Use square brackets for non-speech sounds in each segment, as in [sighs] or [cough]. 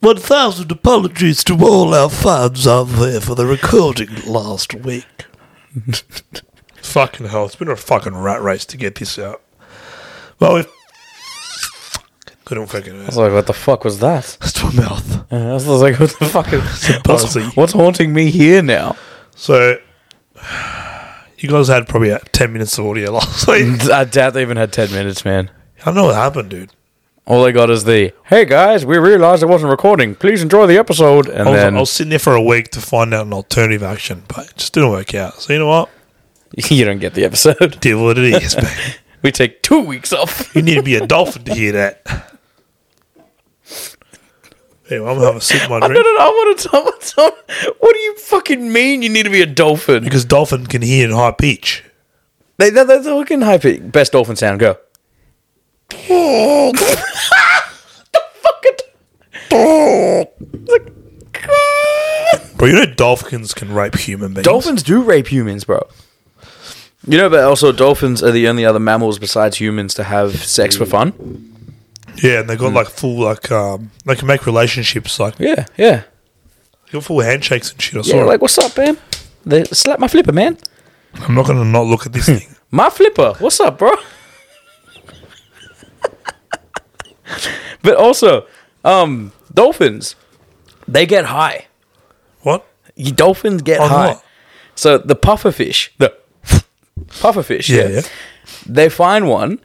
One thousand apologies to all our fans out there for the recording last week. [laughs] Fucking hell, it's been a fucking rat race to get this out. Well, we couldn't figure I it was out. like, what the fuck was that? [laughs] That's my mouth. Uh, I was like, what the [laughs] fuck is what's, Pussy. what's haunting me here now? So, you guys had probably uh, 10 minutes of audio [laughs] [laughs] last week. I doubt they even had 10 minutes, man. I don't know what happened, dude. All they got is the, hey guys, we realized it wasn't recording. Please enjoy the episode. And I was, then I was sitting there for a week to find out an alternative action, but it just didn't work out. So, you know what? [laughs] you don't get the episode. [laughs] Deal with it [laughs] is, man. We take two weeks off. [laughs] You need to be a dolphin to hear that. Anyway, I'm gonna have a sip of my No, no, drink no. I want to tell someone. What do you fucking mean you need to be a dolphin? because dolphin can hear in high pitch. They, they, they're fucking hype. it. Best dolphin sound, go. [laughs] But you know, dolphins can rape human beings. Dolphins do rape humans, bro. You know, but also dolphins are the only other mammals besides humans to have sex for fun. yeah, and they got like full like um, they can make relationships like Yeah, yeah, they got full handshakes and shit. I saw yeah. it. Like, what's up, man? They slap my flipper, man. I'm not gonna not look at [laughs] this thing. My flipper. What's up, bro? [laughs] but also, um, dolphins, they get high. What? You dolphins get On high. what? So the pufferfish, the [laughs] pufferfish, Yeah, yeah, yeah. they find one,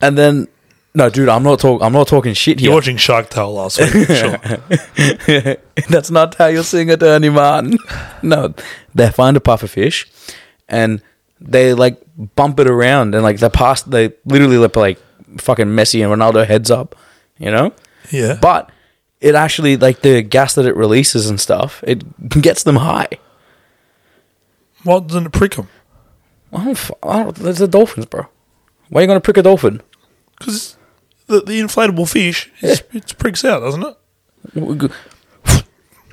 and then no, dude, I'm not talking. I'm not talking shit You're here. watching Shark Tale last week. [laughs] Sure. That's not how you sing it, Ernie Man. No, they find a pufferfish, and they like bump it around, and like they pass. They literally look like fucking Messi and Ronaldo heads up, you know. Yeah. But it actually like the gas that it releases and stuff. It gets them high. Why doesn't it prick them? I don't, fu- I don't, Oh, there's the dolphins, bro. Why are you going to prick a dolphin? Because the, the inflatable fish it's, it pricks out, doesn't it?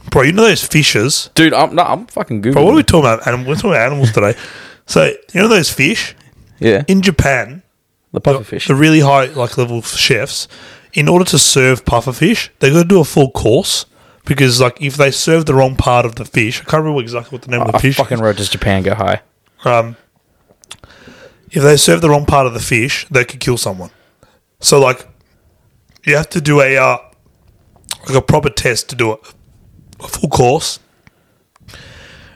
Bro, you know those fishes. Dude, I'm no, I'm fucking googling. Bro, what are we talking about? Animal, we're talking about animals [laughs] today. So you know those fish yeah, in Japan. the pufferfish. the really high like level chefs, in order to serve pufferfish, they got to do a full course because like if they serve the wrong part of the fish, I can't remember exactly what the name of the I fish. fucking is. wrote does Japan go high? Um, if they serve the wrong part of the fish, they could kill someone. So like, you have to do a uh, like a proper test to do it, a full course,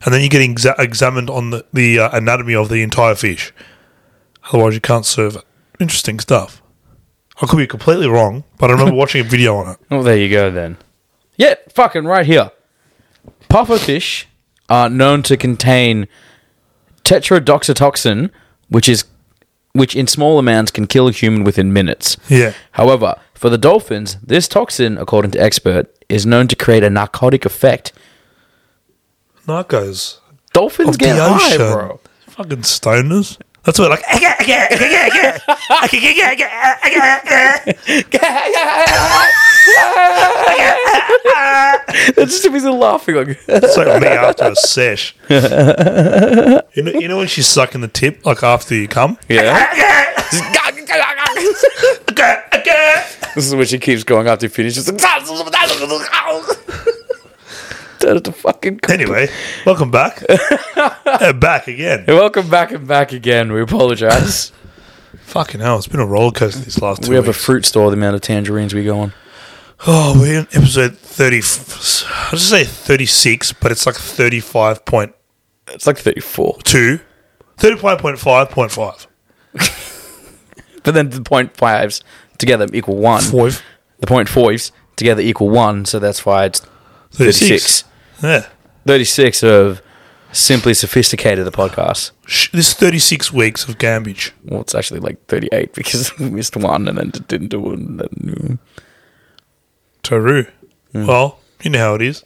and then you get exa- examined on the the uh, anatomy of the entire fish. Otherwise, you can't serve it. Interesting stuff. I could be completely wrong, but I [laughs] remember watching a video on it. Well, there you go then. Yeah, fucking right here. Pufferfish are known to contain tetrodoxotoxin, which is which in small amounts can kill a human within minutes. Yeah. However, for the dolphins, this toxin, according to expert, is known to create a narcotic effect. Narcos Dolphins of get the high, ocean. [laughs] bro. Fucking stoners. That's what like. It's just he's laughing like It's like me after a sesh. You know, you know when she's sucking the tip, like after you come? Yeah. [laughs] this is what she keeps going after you finish. Just like, Turn it to fucking cool. Anyway, welcome back. Uh, back again. Hey, Welcome back and back again. We apologize. Fucking hell, it's been a roller coaster these last two we have a weeks. fruit store, the amount of tangerines we go on. oh, we're in episode 30. I'll just say 36, but it's like 35.2, It's like 34. 35.5.5. But then the point fives together equal one. Five. The point fives together equal one, so that's why it's 36. 36. Yeah. 36 of Simply Sophisticated, the podcast. Sh- This is 36 weeks of gambage. Well, it's actually like 38 because [laughs] we missed one and then d- didn't do one. And then, Taru. Mm. Well, you know how it is.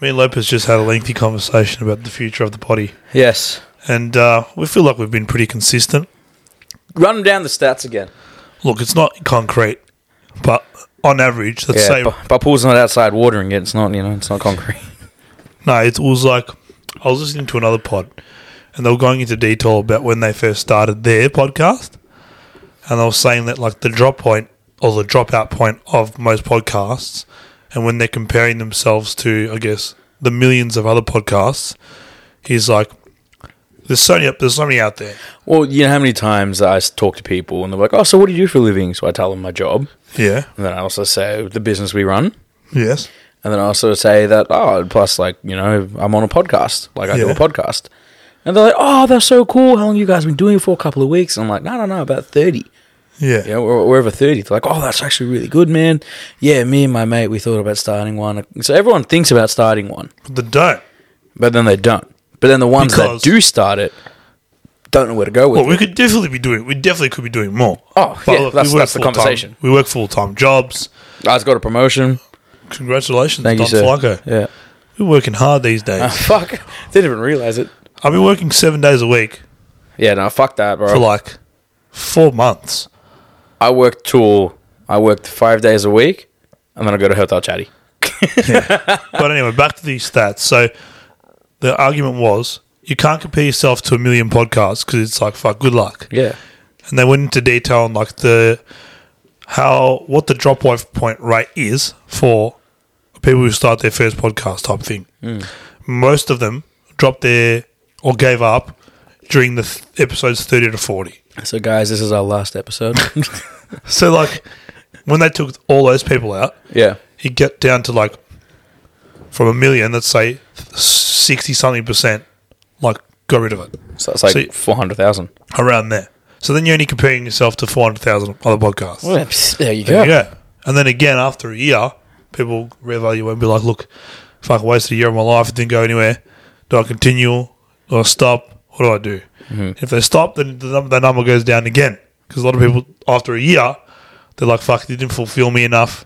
Me and Lopez just had a lengthy conversation about the future of the potty. yes. and uh, we feel like we've been pretty consistent. Run down the stats again. Look, it's not concrete, but on average, let's Yeah, say but, but Paul's not outside watering it. It's not, you know, it's not concrete. [laughs] no. It was like I was listening to another pod, and they were going into detail about when they first started their podcast, and they were saying that like the drop point or the dropout point of most podcasts And when they're comparing themselves to, I guess, the millions of other podcasts, he's like, "There's so many, there's so many out there." Well, you know how many times I s- talk to people and they're like, "Oh, so what do you do for a living?" So I tell them my job, Yeah. and then I also say the business we run, Yes. and then I also say that oh, and plus like you know I'm on a podcast, like I do Yeah. a podcast, and they're like, "Oh, that's so cool! How long you guys been doing it for? A couple of weeks?" And I'm like, "No, no, no, about thirty. Yeah. Yeah, we're, we're over thirty. They're like, "Oh, that's actually really good, man. Yeah, me and my mate we thought about starting one. So everyone thinks about starting one, But they don't. but then they don't. But then the ones Because- that do start it don't know where to go with Well, it. we could definitely be doing. We definitely could be doing more. Oh, yeah, that's- work that's the full-time- conversation. We work full time jobs. I just got a promotion. Congratulations, Thank Don you, sir. Ah. Flacco. Yeah. [laughs] We're working hard these days. fuck. Didn't even realize it. I've been working seven days a week Yeah, no, fuck that, bro. for like four months. I worked till I worked five days a week, and then I go to Hotel Chatty. but anyway, back to these stats. So the argument was you can't compare yourself to a million podcasts because it's like fuck, good luck. Yeah. And they went into detail on like the how what the drop off point rate is for people who start their first podcast type thing. Most of them dropped their or gave up during the th- episodes thirty to forty. So, guys, this is our last episode. So like when they took all those people out, [laughs] yeah. you get down to like from a million, let's say sixty something percent, like got rid of it So it's like So- four hundred thousand. around there. So then you're only comparing yourself to four hundred thousand other podcasts. [laughs] There you There go. you go. And then again, after a year, people reevaluate and be like, "Look, fuck, I wasted a year of my life. It didn't go anywhere. Do I continue or stop? What do I do?" If they stop, then the number, the number goes down again because a lot of people after a year, they're like, "Fuck, it didn't fulfill me enough.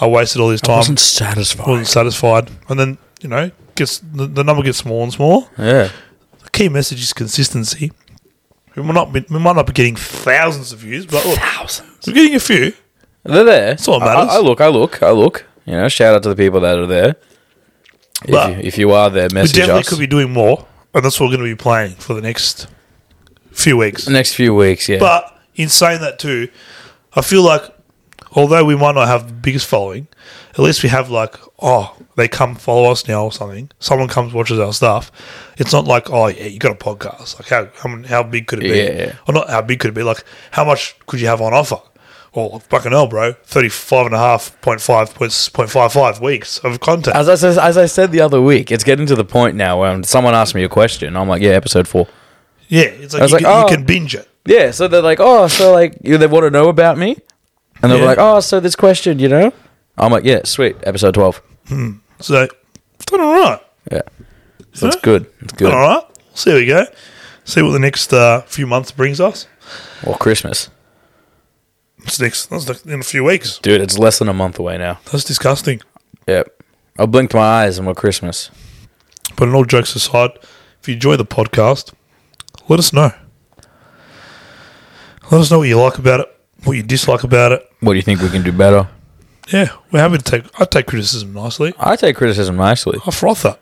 I wasted all this time." Wasn't satisfied. wasn't satisfied, and then you know gets the, the number gets smaller and smaller. yeah. The key message is consistency. We might not be, we might not be getting thousands of views, but look, Thousands. we're getting a few. They're there. That's all that matters. I, I look. I look. I look. You know, shout out to the people that are there. If, But- you, if you are there, We message definitely us. could be doing more, and that's what we're going to be playing for the next few weeks. the next few weeks. Yeah. But in saying that too, I feel like although we might not have the biggest following, at least we have like oh they come follow us now or something. Someone comes watches our stuff. It's not like oh yeah you got a podcast. Like how how, many- how big could it be? Yeah, yeah. Or not how big could it be? Like how much could you have on offer? Or like, fucking hell, bro, 35 and a half, 0.5, 0.55 weeks of content. As I, says- as I said the other week, it's getting to the point now where um, someone asked me a question. I'm like, yeah, episode four. yeah, it's like, was you, like, can, you oh. can binge it. Yeah, so they're like, oh, so like you, they want to know about me, and they're Yeah. like, oh, so this question, you know? I'm like, yeah, sweet, episode twelve. So, done all right. Yeah, so Yeah. it's good. It's good. Done all right. We'll see how we go. See what the next uh, few months brings us. Well, Christmas, It's next. That's like in a few weeks. dude, it's less than a month away now. That's disgusting. Yeah, I blinked my eyes and we're Christmas. But in all jokes aside, if you enjoy the podcast, let us know. Let us know what you like about it, what you dislike about it. What do you think we can do better? Yeah, we're happy to take. I take criticism nicely. I take criticism nicely, I froth that.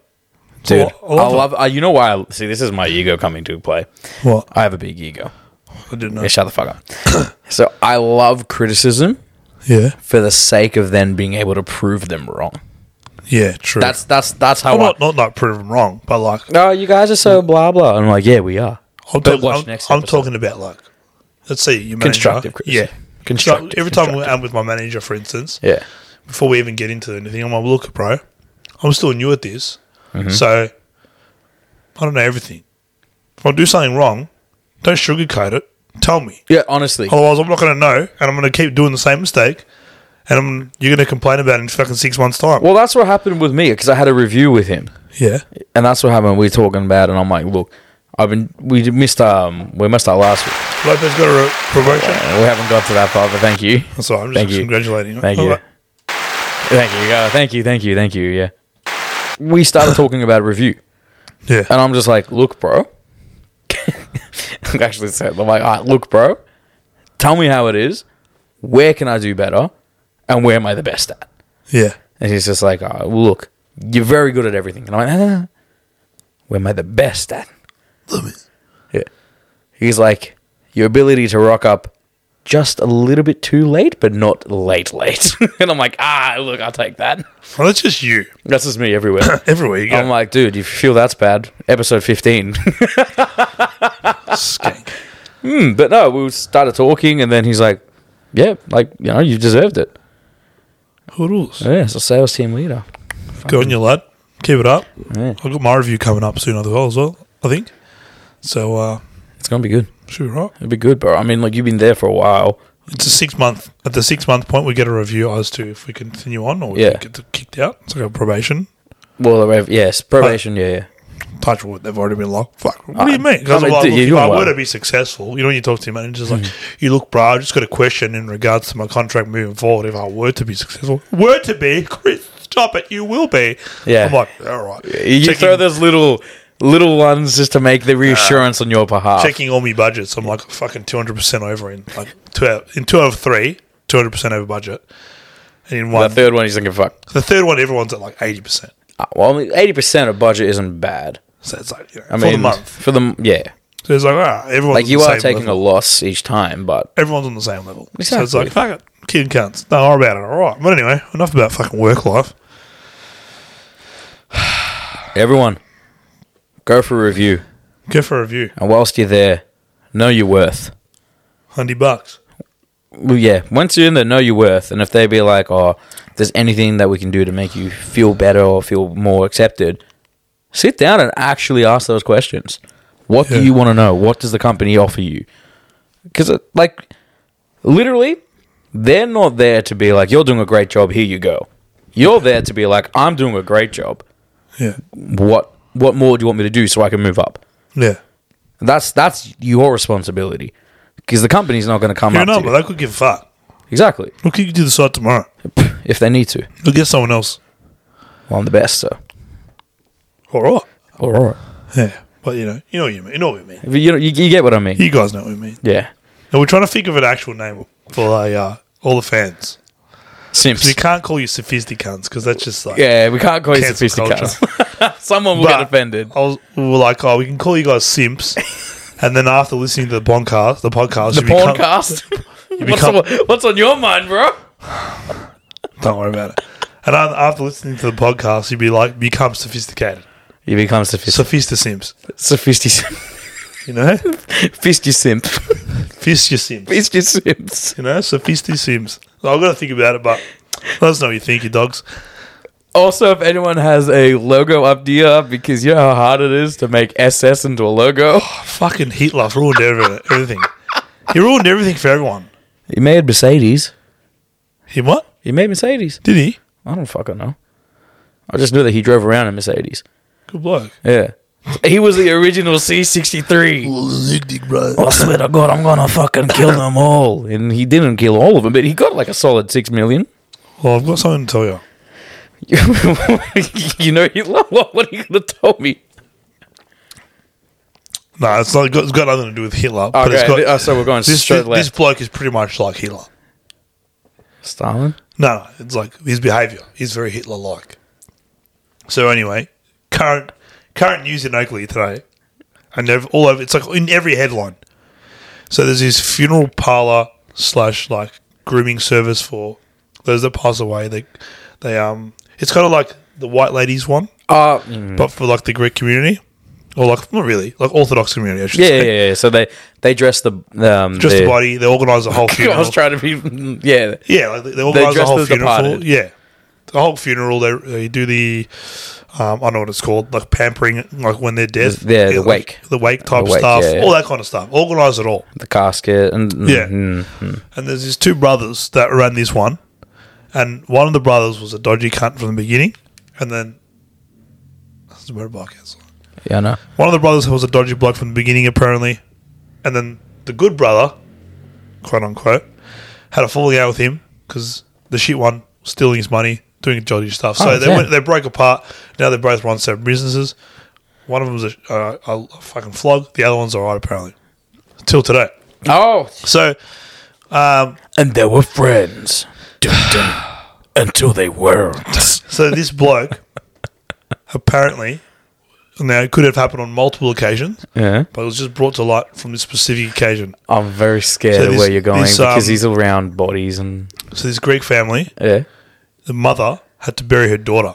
dude. I love I love. I, you know why? I, see, this is my ego coming to play. What? I have a big ego. I didn't know. Yeah, shut the fuck up. [coughs] so I love criticism Yeah. for the sake of then being able to prove them wrong. Yeah. True. That's that's that's how I'm I. not not not prove 'em wrong, but like No, you guys are so blah blah. And I'm like, yeah, we are. I'm, But talking, watch I'm, next I'm episode. talking about like, let's see, you Constructive criticism. Yeah. Constructive, Every time constructive. I'm with my manager, for instance, Yeah. before we even get into anything, I'm like, look, bro, I'm still new at this. Mm-hmm. So I don't know everything. If I do something wrong, don't sugarcoat it. Tell me. Yeah, honestly. Otherwise, I'm not going to know and I'm going to keep doing the same mistake and I'm, you're going to complain about it in fucking six months' time. Well, that's what happened with me because I had a review with him, yeah. and that's what happened. We were talking about, it, and I'm like, look, I've been we missed um we missed our last week. Lopez got a re- promotion. We haven't got to that part, but thank you, That's all right. I'm just Thank you. congratulating you. thank All you, right. thank you, uh, thank you, thank you, thank you. Yeah. We started talking about review, Yeah. and I'm just like, look, bro. [laughs] I actually said, I'm like, all right, look, bro, tell me how it is. Where can I do better, and where am I the best at? yeah. And he's just like, oh, look, you're very good at everything. And I'm like, "No, no, no. where am I the best at? Yeah. He's like, your ability to rock up just a little bit too late, but not late, late. [laughs] and I'm like, ah, look, I'll take that. Well, that's just you. That's just me everywhere. Everywhere you go. I'm like, dude, if you feel that's bad, episode 15. Skank. Hmm, [laughs] but no, we started talking, and then he's like, yeah, like, you know, you deserved it. Hoodles. Yeah, it's a sales team leader. Go on, you lad. Keep it up. Yeah, I've got my review coming up soon as well, as well I think. So, uh, it's going to be good. should be right. It'll be good, bro. I mean, like, you've been there for a while. It's a six month. At the six month point, we get a review as to if we continue on or we Yeah. get kicked out. It's like a probation. Well, the rev- yes, probation, yeah, yeah. touch wood, they've already been locked. Fuck, what do you I- mean? I Because mean, like, dude, look, you're if doing I well. were to be successful, you know, when you talk to your managers, Mm. like, you look, bro, I just got a question in regards to my contract moving forward. If I were to be successful, were to be, [laughs] Chris, stop it, you will be. Yeah. I'm like, all right. You checking, throw those little little ones just to make the reassurance on your behalf. Uh, checking all my budgets. I'm like, fucking 200% over in like two out, in two out of three, 200% over budget. And in the one, third one, he's thinking, fuck. the third one, everyone's at like 80%. Ah, Well, eighty percent of budget isn't bad. So it's like, you know, for I mean, the month. for the yeah, So it's like, all right, everyone's like on you the are same taking level. a loss each time, but everyone's on the same level. So it's Exactly. like, fuck it. Kid cunts. Don't worry about it. All right. But anyway, enough about fucking work life. everyone go for a review, Go for a review. and whilst you're there, know your worth. 100 bucks. Well, yeah, once you're in there, know your worth, and if they be like, "Oh, if there's anything that we can do to make you feel better or feel more accepted," sit down and actually ask those questions. What Yeah. do you want to know? What does the company offer you? Because, like, literally, they're not there to be like, "You're doing a great job. Here you go." You're there to be like, "I'm doing a great job. Yeah. What what more do you want me to do so I can move up?" Yeah. That's that's your responsibility. Because the company's not going to come You're up to not, but you. they could give a fuck. exactly We'll kick you to the side tomorrow. if they need to. We'll get someone else. Well, I'm the best, so. All right. All right. Yeah. But you know, you know what you mean. You know what we mean. You, know, you, you get what I mean. You guys know what we mean. Yeah. And we're trying to think of an actual name for like, uh, all the fans. Simps. Because we can't call you sophisticants because that's just like yeah, we can't call you cancel [laughs] sophisticated. Someone will But get offended. I was, we were like, oh, we can call you guys [laughs] simps. and then after listening to the podcast, the podcast, The you become- porncast. [laughs] what's, become- on, what's on your mind, bro? [laughs] Don't worry about it. And a- after listening to the podcast, you'd be like, become sophisticated. You become sophisticated. Sophista Sims, Sophisticated. you know? [laughs] Fisty simp. [laughs] Fist your Sims, Fisty simps. you know? Sophista Sims. So I've got to think about it, but let us know what you think, you dogs. Also, if anyone has a logo idea, because you know how hard it is to make SS into a logo. Fucking Hitler ruined every- everything. He ruined everything for everyone. He made Mercedes. He what? He made Mercedes. Did he? I don't fucking know. I just knew that he drove around in Mercedes. Good bloke. Yeah. He was the original C63. I swear to God, I'm gonna fucking kill them all. And he didn't kill all of them, but he got like a solid six million. [laughs] Well, Oh, I've got something to tell you. you know, he, what, what are you gonna tell me? No, it's, not, it's got nothing to do with Hitler. but it's Okay, got, th- oh, so we're going this, straight this, left. bloke is pretty much like Hitler. Stalin? No, no, it's like his behaviour. He's very Hitler like. So anyway, current current news in Oakley today, and ev- all over it's like in every headline. So there's this funeral parlour slash like grooming service for those that pass away. They they um it's kind of like the white ladies one, Uh, Mm. but for like the Greek community, or like not really like Orthodox community. I should yeah, yeah, say. yeah, yeah. So they they dress the um, Just the- the body. They organise the whole [laughs] I funeral. was trying to be [laughs] yeah. Yeah, like they, they organise the dressed whole as the funeral. parted. yeah, the whole funeral. They, they do the, um, I don't know what it's called, like pampering, like when they're dead. The- yeah, the like wake. the wake type The wake, stuff, yeah, yeah. all that kind of stuff. Organise it all. The casket and Yeah. mm, And there's these two brothers that ran this one, and one of the brothers was a dodgy cunt from the beginning, and then that's a motorbike. yes. yeah, I know. One of the brothers was a dodgy bloke from the beginning, apparently, and then the good brother, quote unquote, had a falling out with him because the shit one was stealing his money, doing dodgy stuff. So Oh, they damn. went, they broke apart. Now they both run separate businesses. One of them's a, uh, a fucking flog. The other one's all right, apparently, till today. Oh, So and they were friends until they weren't. So this bloke [laughs] apparently Now, it could have happened on multiple occasions, Yeah. but it was just brought to light from this specific occasion. I'm very scared So of this- where you're going this, because um, he's around bodies and So, this Greek family, yeah. the mother had to bury her daughter.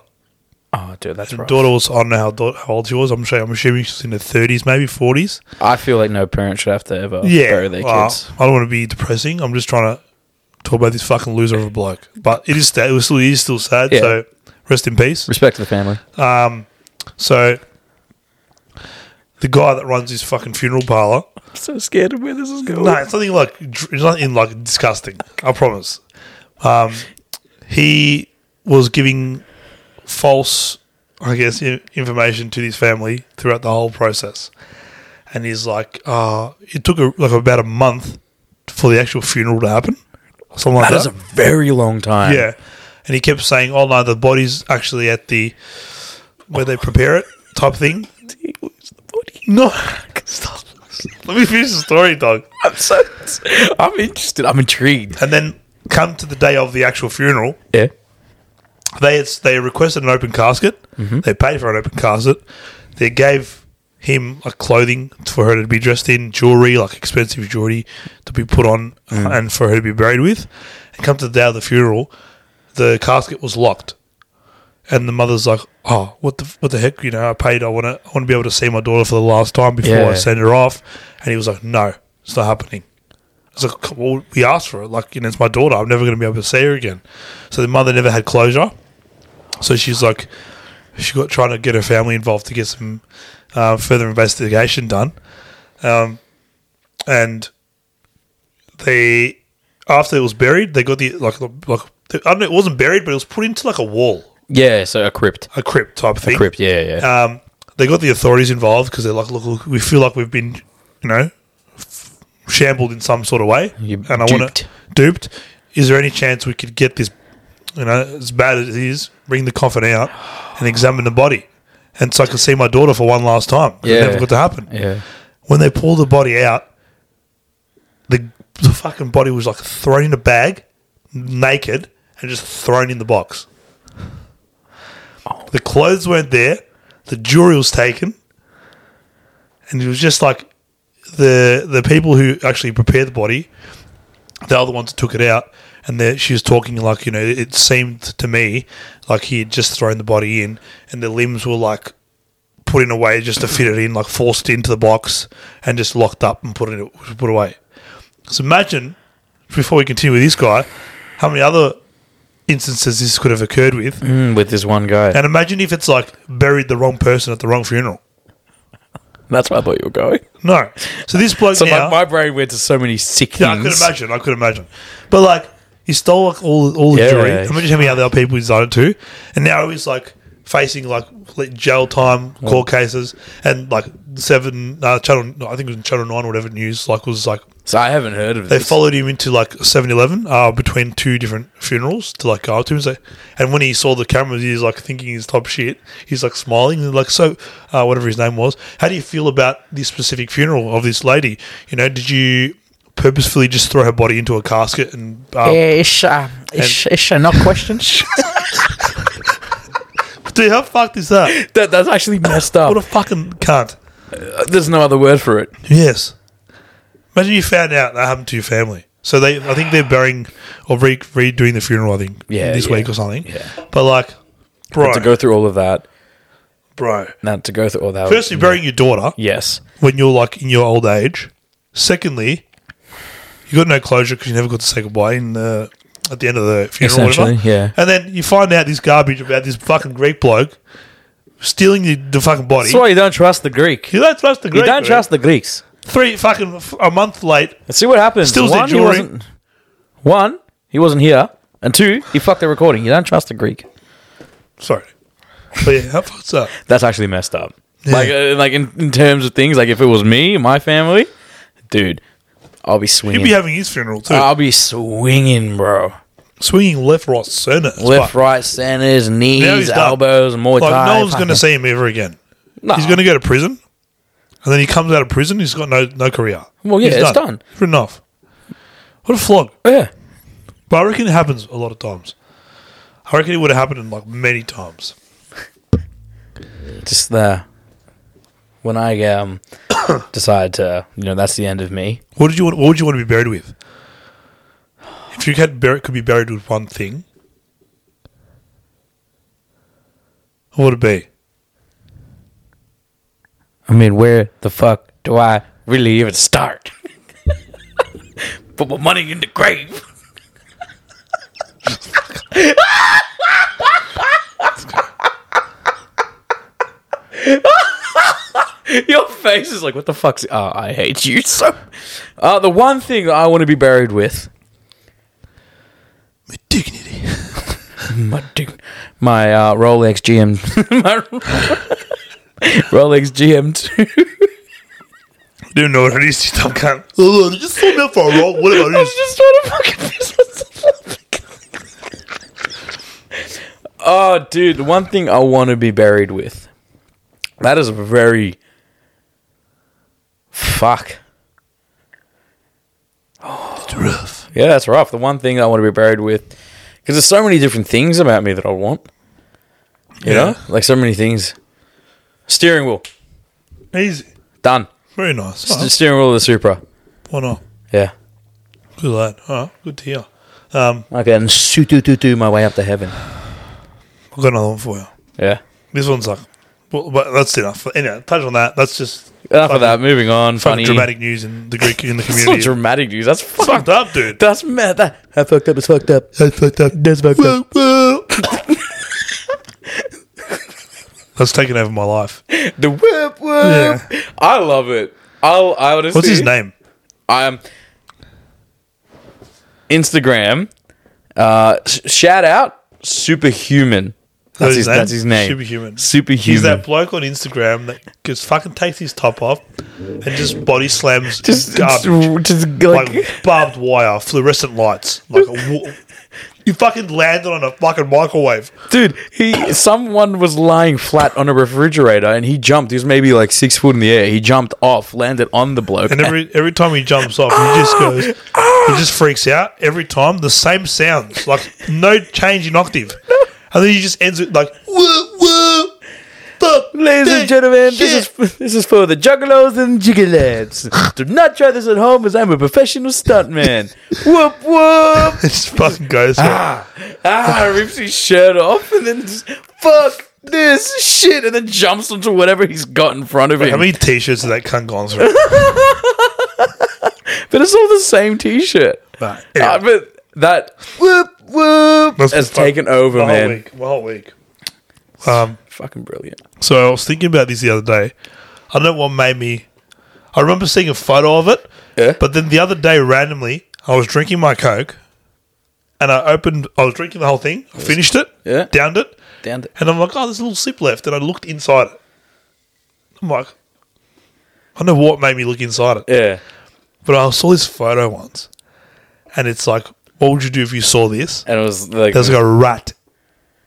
Oh, dude, that's The rough. daughter was, I don't know how, do- how old she was. I'm, sure, I'm assuming she's in her 30s, maybe 40s. I feel like no parent should have to ever Yeah. bury their well, kids. I don't want to be depressing. I'm just trying to talk about this fucking loser of a bloke. But it is, sta- it was still, it is still sad. Yeah. So, rest in peace. Respect to the family. Um, so the guy that runs his fucking funeral parlor. I'm so scared of where this is going. No, it's nothing like it's nothing like disgusting. I promise. Um, he was giving false, I guess, i- information to his family throughout the whole process, and he's like, uh, it took a, like about a month for the actual funeral to happen. Something like That is a very long time. yeah. And he kept saying, oh, no, the body's actually at the where they prepare it type thing. [laughs] No. Stop. Let me finish the story, dog. I'm so. I'm interested. I'm intrigued. And then come to the day of the actual funeral, Yeah. they they requested an open casket. They paid for an open casket. They gave him like clothing for her to be dressed in, jewelry, like expensive jewelry to be put on and for her to be buried with. And come to the day of the funeral, the casket was locked. And the mother's like, "Oh, what the what the heck? You know, I paid. I want to I want to be able to see my daughter for the last time before I Yeah. send her off." And he was like, "No, it's not happening." It's like, "Come- well, we asked for it. Like, you know, it's my daughter. I'm never going to be able to see her again. So the mother never had closure. So she's like, she got trying to get her family involved to get some uh, further investigation done. Um, and they, after it was buried, they got the like, the- like I don't know, it wasn't buried, but it was put into like a wall, Yeah. So a crypt. a crypt type thing. Crypt. Yeah. Yeah. Um, they got the authorities involved because they're like, look, look, we feel like we've been, you know, f- shambled in some sort of way, You and I want duped. to duped. Is there any chance we could get this, you know, as bad as it is, bring the coffin out and examine the body, and so I could see my daughter for one last time? 'cause Yeah. it never got to happen. yeah. When they pulled the body out, the, the fucking body was like thrown in a bag, naked, and just thrown in the box. The clothes weren't there. The jury was taken, and it was just like the the people who actually prepared the body. The other ones that took it out, and the, she was talking like you know. It seemed to me like he had just thrown the body in, and the limbs were like put in a way just to fit it in, like forced into the box, and just locked up and put it put away. So imagine before we continue with this guy, how many other instances this could have occurred with. Mm, with this one guy. And imagine if it's like buried the wrong person at the wrong funeral. That's where I thought you were going. No. So this bloke So now, like my brain went to so many sick yeah, I things. could imagine. I could imagine. But like, he stole like all all the Yeah. jury. Imagine how many other people he's done it to, and now he's like facing like like, jail time, court cases, and like seven uh, channel. no, I think it was channel nine or whatever news. Like was like So I haven't heard of they this. followed him into like 7-Eleven uh, between two different funerals to like go up to him and say, and when he saw the cameras, he's like thinking he's top shit. He's like smiling and like so uh, whatever his name was. How do you feel about this specific funeral of this lady? You know, did you purposefully just throw her body into a casket and uh, Ish, uh, ish, ish, uh, not questions. [laughs] dude, how fucked is [laughs] that? [laughs] that, that's actually messed up. What a fucking cunt. There's no other word for it. Yes. Imagine you found out that happened to your family. So they, I think they're burying or re- redoing the funeral. I think Yeah, this yeah. week or something. Yeah. But like, bro, To go through all of that. bro. Now to go through all that. Firstly, burying your daughter Yes. when you're like in your old age. Secondly, you got no closure because you never got to say goodbye in the at the end of the funeral. or Essentially, whatever. yeah. And then you find out this garbage about this fucking Greek bloke stealing the, the fucking body. That's why you don't trust the Greek. you don't trust the Greek. you don't dude. trust the Greeks. Three fucking f- a month late. Let's see what happens. Still one, Zed he Jewelry. wasn't, one, he wasn't here. And two, he fucked the recording. You don't trust the Greek. Sorry. But yeah, how fuck's that? That's actually messed up. Like, uh, like in, in terms of things, like if it was me and my family, dude, I'll be swinging. He'd be having his funeral too. I'll be swinging, bro. Swinging left, right, centre. Left, right, centers, Now knees, he's done. elbows, and more Like Thai. no one's going to see him ever again. Nah. He's going to go to prison, and then he comes out of prison. He's got no no career. Well, yeah, He's it's done. Good enough. What a flog! Yeah. But I reckon it happens a lot of times. I reckon it would have happened like many times. Just the when I um, [coughs] decide to, you know, that's the end of me. What did you want? What would you want to be buried with? If you had bur- could be buried with one thing, what would it be? I mean, where the fuck do I really even start? [laughs] Put my money in the grave. [laughs] Your face is like, what the fuck's? Oh, I hate you so. Uh, the one thing that I want to be buried with, My dignity. my dig- my uh, Rolex GM, [laughs] my Rolex GM two. Didn't know what it is. You dumb cunt. Ugh, you just sold me out for a roll. [laughs] Whatever it is. just trying to fucking piss myself oh, dude, the one thing I want to be buried with. That is a very. Fuck. It's rough. Yeah, that's rough. The one thing I want to be buried with. Because there's so many different things about me that I want. You Yeah. know? Like so many things. Steering wheel. Easy. Done. Very nice. St- Alright, steering wheel of the Supra. why not? Yeah. Good lad. All right. Good to hear. Um, I can shoo doo doo doo my way up to heaven. I've got another one for you. Yeah. This one's like, well, but that's enough. Anyway, touch on that. That's just Enough of fucking- that. Moving on. fucking Funny. dramatic news in the Greek [laughs] in the That's not community. dramatic news. That's It's fucked fucked up. up, dude. That's mad. That, that fucked up is fucked up. That's fucked up. That's fucked up. That's taken over my life. The whip whip. I love it. I'll, I honestly. What's his name? I'm Instagram. Uh, sh- shout out superhuman. That's his, that's his name. Superhuman. Superhuman. He's that bloke on Instagram that just fucking takes his top off and just body slams just, garbage. [laughs] just, just like, like barbed wire, fluorescent lights. Like a [laughs] wa- you fucking landed on a fucking microwave. dude, he someone was lying flat on a refrigerator and he jumped. He was maybe like six foot in the air. He jumped off, landed on the bloke. And every every time he jumps off, he just goes, he just freaks out every time. The same sounds, like no change in octave, and then he just ends it like woo woo. fuck Ladies that and [laughs] gentlemen, shit." this is this is for the juggalos and jiggalettes. Do not try this at home, as I'm a [laughs] professional stuntman. whoop whoop! it just fucking goes. Ah, rips his shirt off and then just, fuck this shit, and then jumps onto whatever he's got in front of How him. many t-shirts has that cunt gone through? but it's all the same T-shirt. Nah, Ah, anyway, but that [laughs] whoop whoop that's has the fuck- Oh, taken over, my man. Whole week, my whole week. Um, Fucking brilliant. So I was thinking about this the other day. I don't know what made me. I remember seeing a photo of it, Yeah. but then the other day, randomly, I was drinking my Coke and I opened, I was drinking the whole thing, I finished it, Yeah. downed it, Down to and I'm like, oh, there's a little sip left. And I looked inside it. I'm like, I don't know what made me look inside it, yeah. but I saw this photo once and it's like, what would you do if you saw this? And it was like, There's like a rat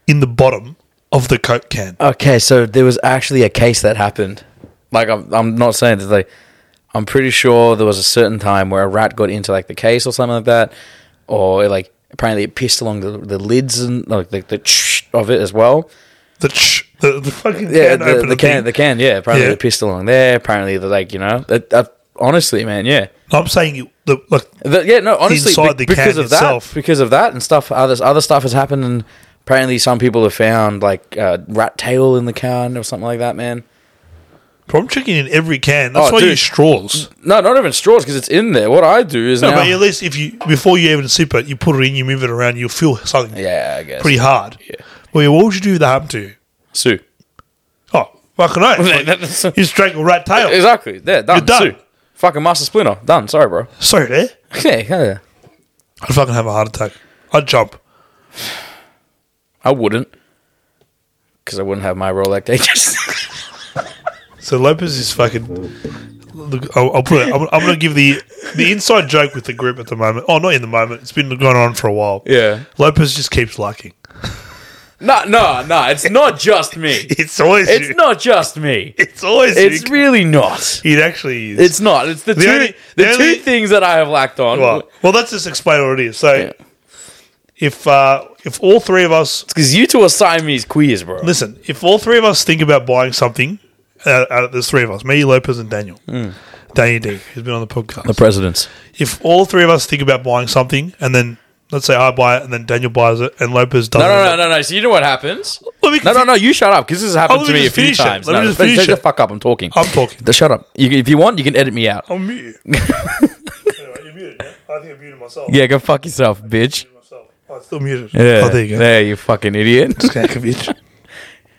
in the bottom of the Coke can. Okay, so there was actually a case that happened. Like I'm, I'm not saying that they. I'm pretty sure there was a certain time where a rat got into like the case or something like that, or it, like apparently it pissed along the, the lids and like the, the of it as well. The, ch- the, the fucking Yeah, can the, opener the thing. can, the can, yeah. Apparently Yeah. it pissed along there. Apparently they're like you know, that, that, honestly, man, yeah. I'm saying you the, look. The- yeah, no, honestly, be- Inside the because can of itself. that, because of that and stuff, other other stuff has happened, and apparently some people have found like uh, rat tail in the can or something like that, man. I'm checking in every can. That's Oh, why you dude. use straws. No, not even straws because it's in there. What I do is No, now. but at least if you before you even sip it, you put it in, you move it around, you'll feel something yeah, I guess. pretty hard. Yeah. Well, yeah, what would you do if that happened to you? [laughs] Sue. Oh, fucking [laughs] no! That's- you just drank a rat [laughs] tail. Exactly. There, done. You're done. Sue. Fucking master splinter. Done. Sorry, bro. [laughs] Sorry, there. Yeah, yeah. I'd fucking have a heart attack. I'd jump. I wouldn't. Because I wouldn't have my Rolex [laughs] ages. So Lopez is fucking. Look, I'll, I'll put it. I'm, I'm going to give the the inside joke with the group at the moment. Oh, not in the moment. It's been going on for a while. yeah. Lopez just keeps liking. No, no, no. It's not [laughs] just me. [laughs] It's always you. It's not just me. It's always It's you. really not. it actually is. It's not. It's the, two only- the the, two only- things that I have lacked on. Well, well, let's just explain what it is. So, if uh, if all three of us Because you two are Siamese queers, bro. listen, if all three of us think about buying something, and out, out of there's three of us, me, Lopez, and Daniel. Mm. Daniel D, who's been on the podcast. The presidents. if all three of us think about buying something, and then let's say I buy it, and then Daniel buys it, and Lopez doesn't, No, no, no, no, no. So you know what happens? Let me No, no, no. You shut up because this has Oh, happened let to me me a just few finish it. times. Let No, me just but finish shut the it. fuck up. I'm talking. I'm talking. Oh. The- shut up. You, if you want, you can edit me out. I'm [laughs] muted. anyway, you're muted. Yeah? I think I'm muted myself. Yeah, go fuck yourself, bitch. myself. Oh, it's still muted. Yeah. Oh, there you go. There, you [laughs] fucking idiot.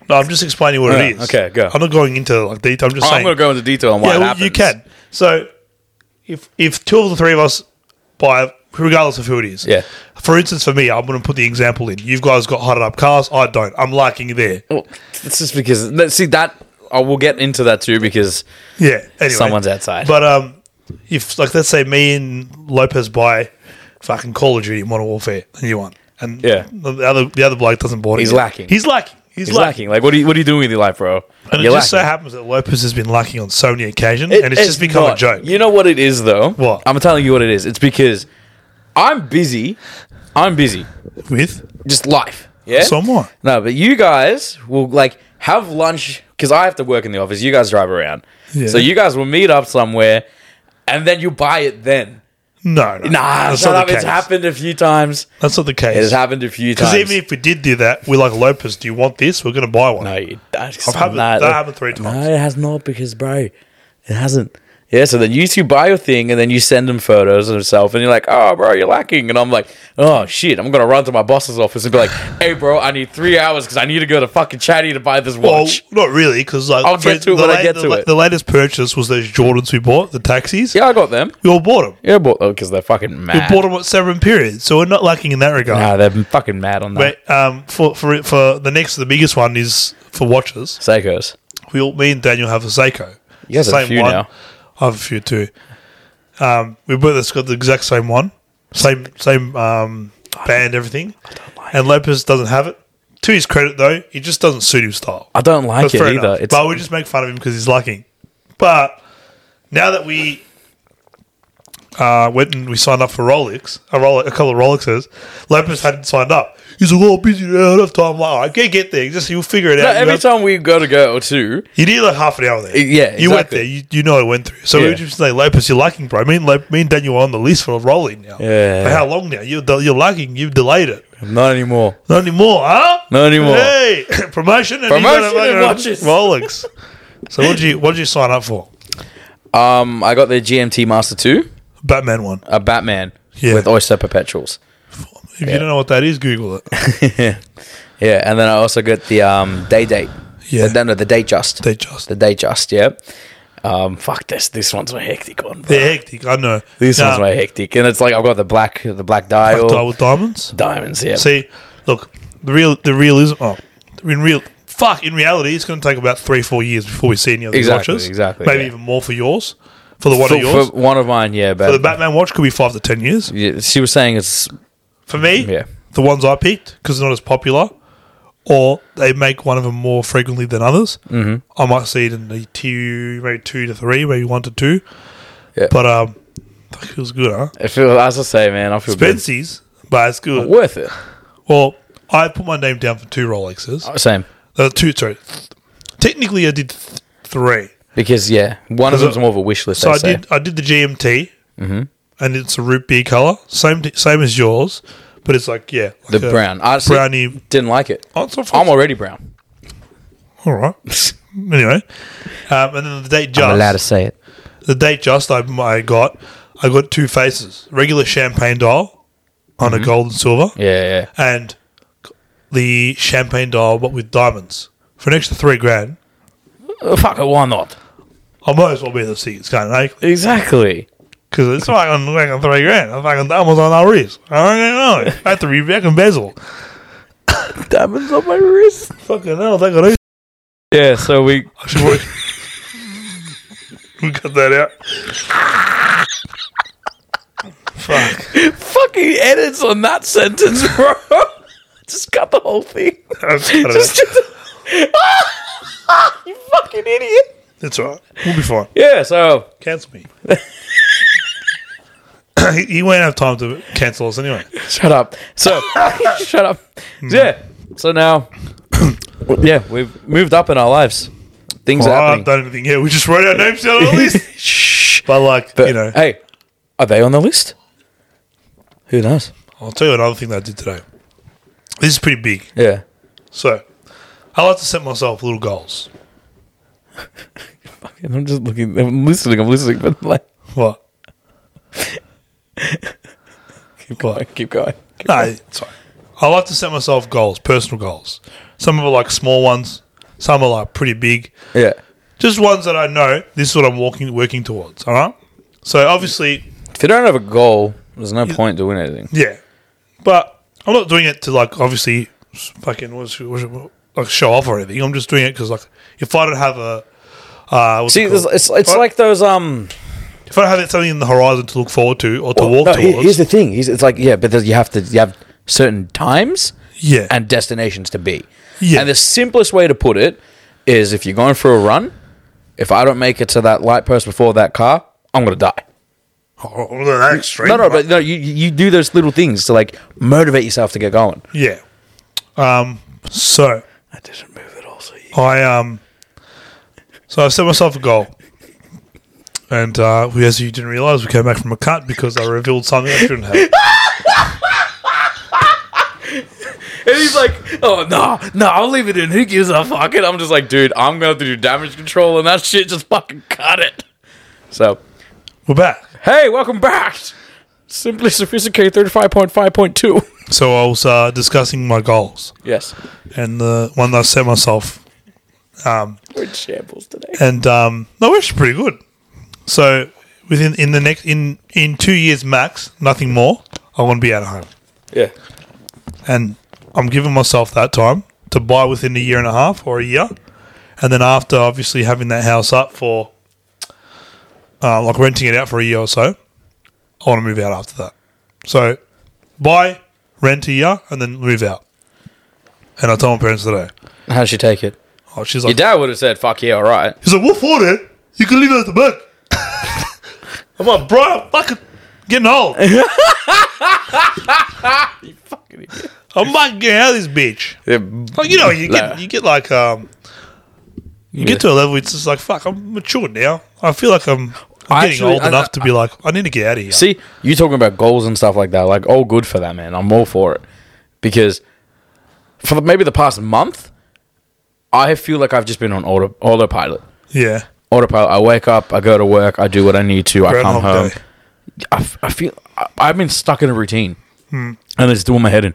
No, I'm just explaining what it Yeah, is. okay, go. I'm not going into like detail. I'm just Oh, I'm saying. going to go into detail on why yeah, it well, happens. you can. So, if if two of the three of us buy, regardless of who it is, Yeah. For instance, for me, I'm going to put the example in. You've guys got hotted up cars. I don't. I'm liking you there. Well, it's just because no, see that I will get into that too because Yeah. Anyway, someone's outside. But um, if like let's say me and Lopez buy fucking Call of Duty Modern Warfare, the new one, and Yeah. the other the other bloke doesn't buy it. He's yet. lacking. He's lacking. He's, He's lacking. lacking. Like, what are you what are you doing with your life, bro? And You're it just so lacking. happens that Lopez has been lacking on so many occasions, It- and it's, just become a not. joke. You know what it is though. What? I'm telling you what it is. It's because I'm busy. I'm busy. With Just life. Yeah. So am I. No, but you guys will like have lunch because I have to work in the office. You guys drive around, so you guys will meet up somewhere, and then you buy it. Then no, no, nah, that's shut not up. the It's case. happened a few times. That's not the It has case. happened a few times. Because even if we did do that, we're like Lopez. Do you want this? We're going to buy one. No, you, that's I've had it- that happened three times. No, it has not because, bro, it hasn't. Yeah, so then you two buy your thing and then you send them photos of yourself and you're like, oh, bro, you're lacking. And I'm like, oh, shit, I'm going to run to my boss's office and be like, hey, bro, I need three hours because I need to go to fucking Chatty to buy this Well, watch. not really, because like I'll for get to it the when I la- get the to la- it. The latest purchase was those Jordans we bought, the taxis. yeah, I got them. we all bought them. Yeah, I bought because they're fucking We mad. bought them at seven periods, so we're not lacking in that regard. Nah, they're fucking mad on that. But um, for for for the next, the biggest one is for watches. Seikos. We all, me and Daniel have a Seiko. You guys have a Same few one. now. I have a few too. Um, we both got the exact same one, same same um, band, everything. and Lopez doesn't have it. To his credit, though, he just doesn't suit his style. I don't like That's it fair either. enough. It's, but we just make fun of him because he's lucky. But now that we uh, went and we signed up for Rolex, a, Rolex, a couple of Rolexes, Lopez hadn't signed up. He's like, oh, busy, I don't have time. I'm like, "All right, get, get there. Just, you'll figure it No, out. You every have- time we go to go too, you need like half an hour there. Y- yeah, You went exactly. there. You, you know what I went through. So we Yeah. were just like, Lopez, you're lacking, bro. Me and, Lop- me and Daniel are on the list for rolling now. Yeah. For how long now? You're, del- you're lacking. You've delayed it. not anymore. Not anymore, huh? Not anymore. Hey, [laughs] promotion and, Promotion you gotta and make a watches. Rolex. so what did you what did you sign up for? Um, I got the GMT Master 2. Batman one. a Batman Yeah. with Oyster Perpetuals. If you don't know what that is, Google it. yeah, and then I also got the um, Day Date. Yeah. the, no, the Day Just. They just the Day Just. Yeah. Um, fuck this. This one's my hectic one. bro. they're hectic. I know. This Nah, one's my hectic, and it's like I've got the black, the black dial, Dial with diamonds. diamonds. Yeah. See, look, the real the realism. Oh, in real fuck. In reality, it's going to take about three four years before we see any of these Exactly, watches. exactly, Maybe yeah. even more for yours. For the one for, of yours. for one of mine. Yeah, For the but Batman watch could be five to ten years. yeah, she was saying it's For me, Yeah. the ones I picked because they're not as popular, or they make one of them more frequently than others. Mm-hmm. I might see it in the two, maybe two to three, maybe one to two. Yeah. But um, that feels good, huh? it feels, as I say, man, I feel good. Spency's, but it's good. worth it. Well, I put my name down for two Rolexes. Same Uh, two, sorry. Technically, I did th- three. because yeah, one of So- them's more of a wish list. So they I say. Mm-hmm. did. I did the GMT, and it's a root beer color, same t- same as yours, but it's like yeah, the like a brown. I honestly brownie. didn't like it. Oh, it's not I'm already brown. all right. [laughs] anyway, um, and then the date I'm allowed to just say it. the date just I, I got I got two faces: regular champagne dial on a gold and silver, Mm-hmm. Yeah, yeah. and the champagne dial but with diamonds for an extra three grand. Uh, Fuck it, why not? I might as well be the six, can't I? Exactly. Because it's fucking, fucking three grand. I'm fucking almost on our wrist. I don't know. I have to be back in bezel. Diamonds on my wrist. Fucking hell, they got it. Yeah, so we I should work. we [laughs] cut that out. Fuck. [laughs] fucking edits on that sentence, bro. [laughs] Just cut the whole thing. I've [laughs] cut it Just, out. you fucking idiot. It's all right. We'll be fine. Yeah, so Cancel me. [coughs] he, he won't have time to cancel us anyway. shut up. [laughs] So [coughs] shut up. Yeah. So now, yeah, we've moved up in our lives. things Oh, are I happening. haven't done anything here. We just wrote our names down on the list. [laughs] Shh. But like But you know, hey, are they on the list? Who knows? I'll tell you another thing that I did today. This is pretty big. Yeah. So I like to set myself little goals. And I'm just looking. I'm listening. I'm listening. But like, What? keep going. Keep going. No, it's fine. I like to set myself goals, personal goals. Some of them are like small ones. Some are like pretty big. Yeah. Just ones that I know this is what I'm walking working towards. All right. So obviously, If you don't have a goal, there's no point doing anything. yeah. But I'm not doing it to like obviously fucking what's, what's, like show off or anything. I'm just doing it because like if I don't have a uh, what's it See, called? there's- it's it's What? like those um. if I don't have something in the horizon to look forward to or to walk no, here- towards, here's the thing. Here's, it's like yeah, but there's- you have to you have certain times yeah, and destinations to be. Yeah. And the simplest way to put it is if you're going for a run, if I don't make it to that light post before that car, I'm gonna die. oh, that extreme. No, no, but no, you you do those little things to like motivate yourself to get going. yeah. Um, so I didn't move at all, so you I um, so I set myself a goal, and uh, we, as you didn't realize, we came back from a cut because I revealed something I shouldn't [laughs] have. And he's like, Oh no, no, I'll leave it in. Who gives a fuck? And I'm just like, dude, I'm gonna have to do damage control and that shit. Just fucking cut it. so We're back, hey, welcome back. Simply sophisticated thirty five point five point two. so I was uh, discussing my goals Yes, and the one that I set myself, We're in shambles today. and um, no, we're actually pretty good. So within in the next in in two years max, nothing more. I want to be out of home. yeah, and I'm giving myself that time to buy within a year and a half or a year, and then after obviously having that house up for uh, like renting it out for a year or so, I want to move out after that. So buy, rent a year, and then move out. And I told my parents today. how'd she take it? Oh, she's Your like, dad would have said, "Fuck yeah, all right." he's like, what for it? You can leave it at the back. I'm like, bro, I'm fucking getting old. I'm not getting out of this bitch. Like you know, you get Nah. you get like um, you get to a level it's just like fuck. I'm mature now. I feel like I'm, I'm I getting actually- old I- enough to be like I need to get out of here. See, you talking about goals and stuff like that. Like, all good for that, man. I'm all for it because for maybe the past month, I feel like I've just been on auto autopilot. yeah, Autopilot. I wake up, I go to work, I do what I need to, I come Groundhog home. Day. I, f- I feel I, I've been stuck in a routine, and it's doing my head in.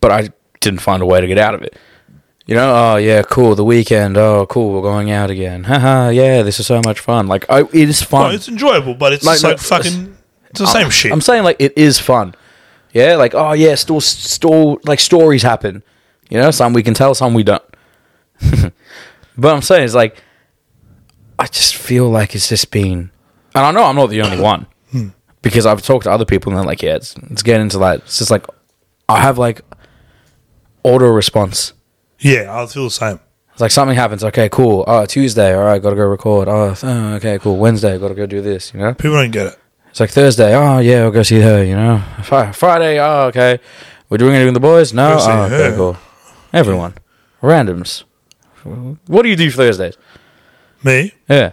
But I didn't find a way to get out of it. You know, oh yeah, cool. The weekend, oh cool, we're going out again. [laughs] Haha, yeah, this is so much fun. Like, I, it is No, fun. it's enjoyable, but it's Like, just no, like fucking it's the same shit. I'm saying like it is fun. Yeah, like oh yeah, still still like stories happen. You know, some we can tell, some we don't. [laughs] but I'm saying it's like I just feel like it's just been and I know I'm not the only one. Hmm. because I've talked to other people and they're like, yeah, it's it's getting into that. It's just like I have like auto response. yeah, I feel the same. It's like something happens, okay, cool. Oh, Tuesday, all right, gotta go record. Oh, th- oh, okay, cool. Wednesday, gotta go do this, you know? People don't get it. It's like Thursday. Oh yeah, we'll go see her. You know, Fri- Friday. Oh okay, we're doing anything with the boys. No. Go see Oh, okay, her. cool. Everyone, randoms. What do you do Thursdays? Me, Yeah,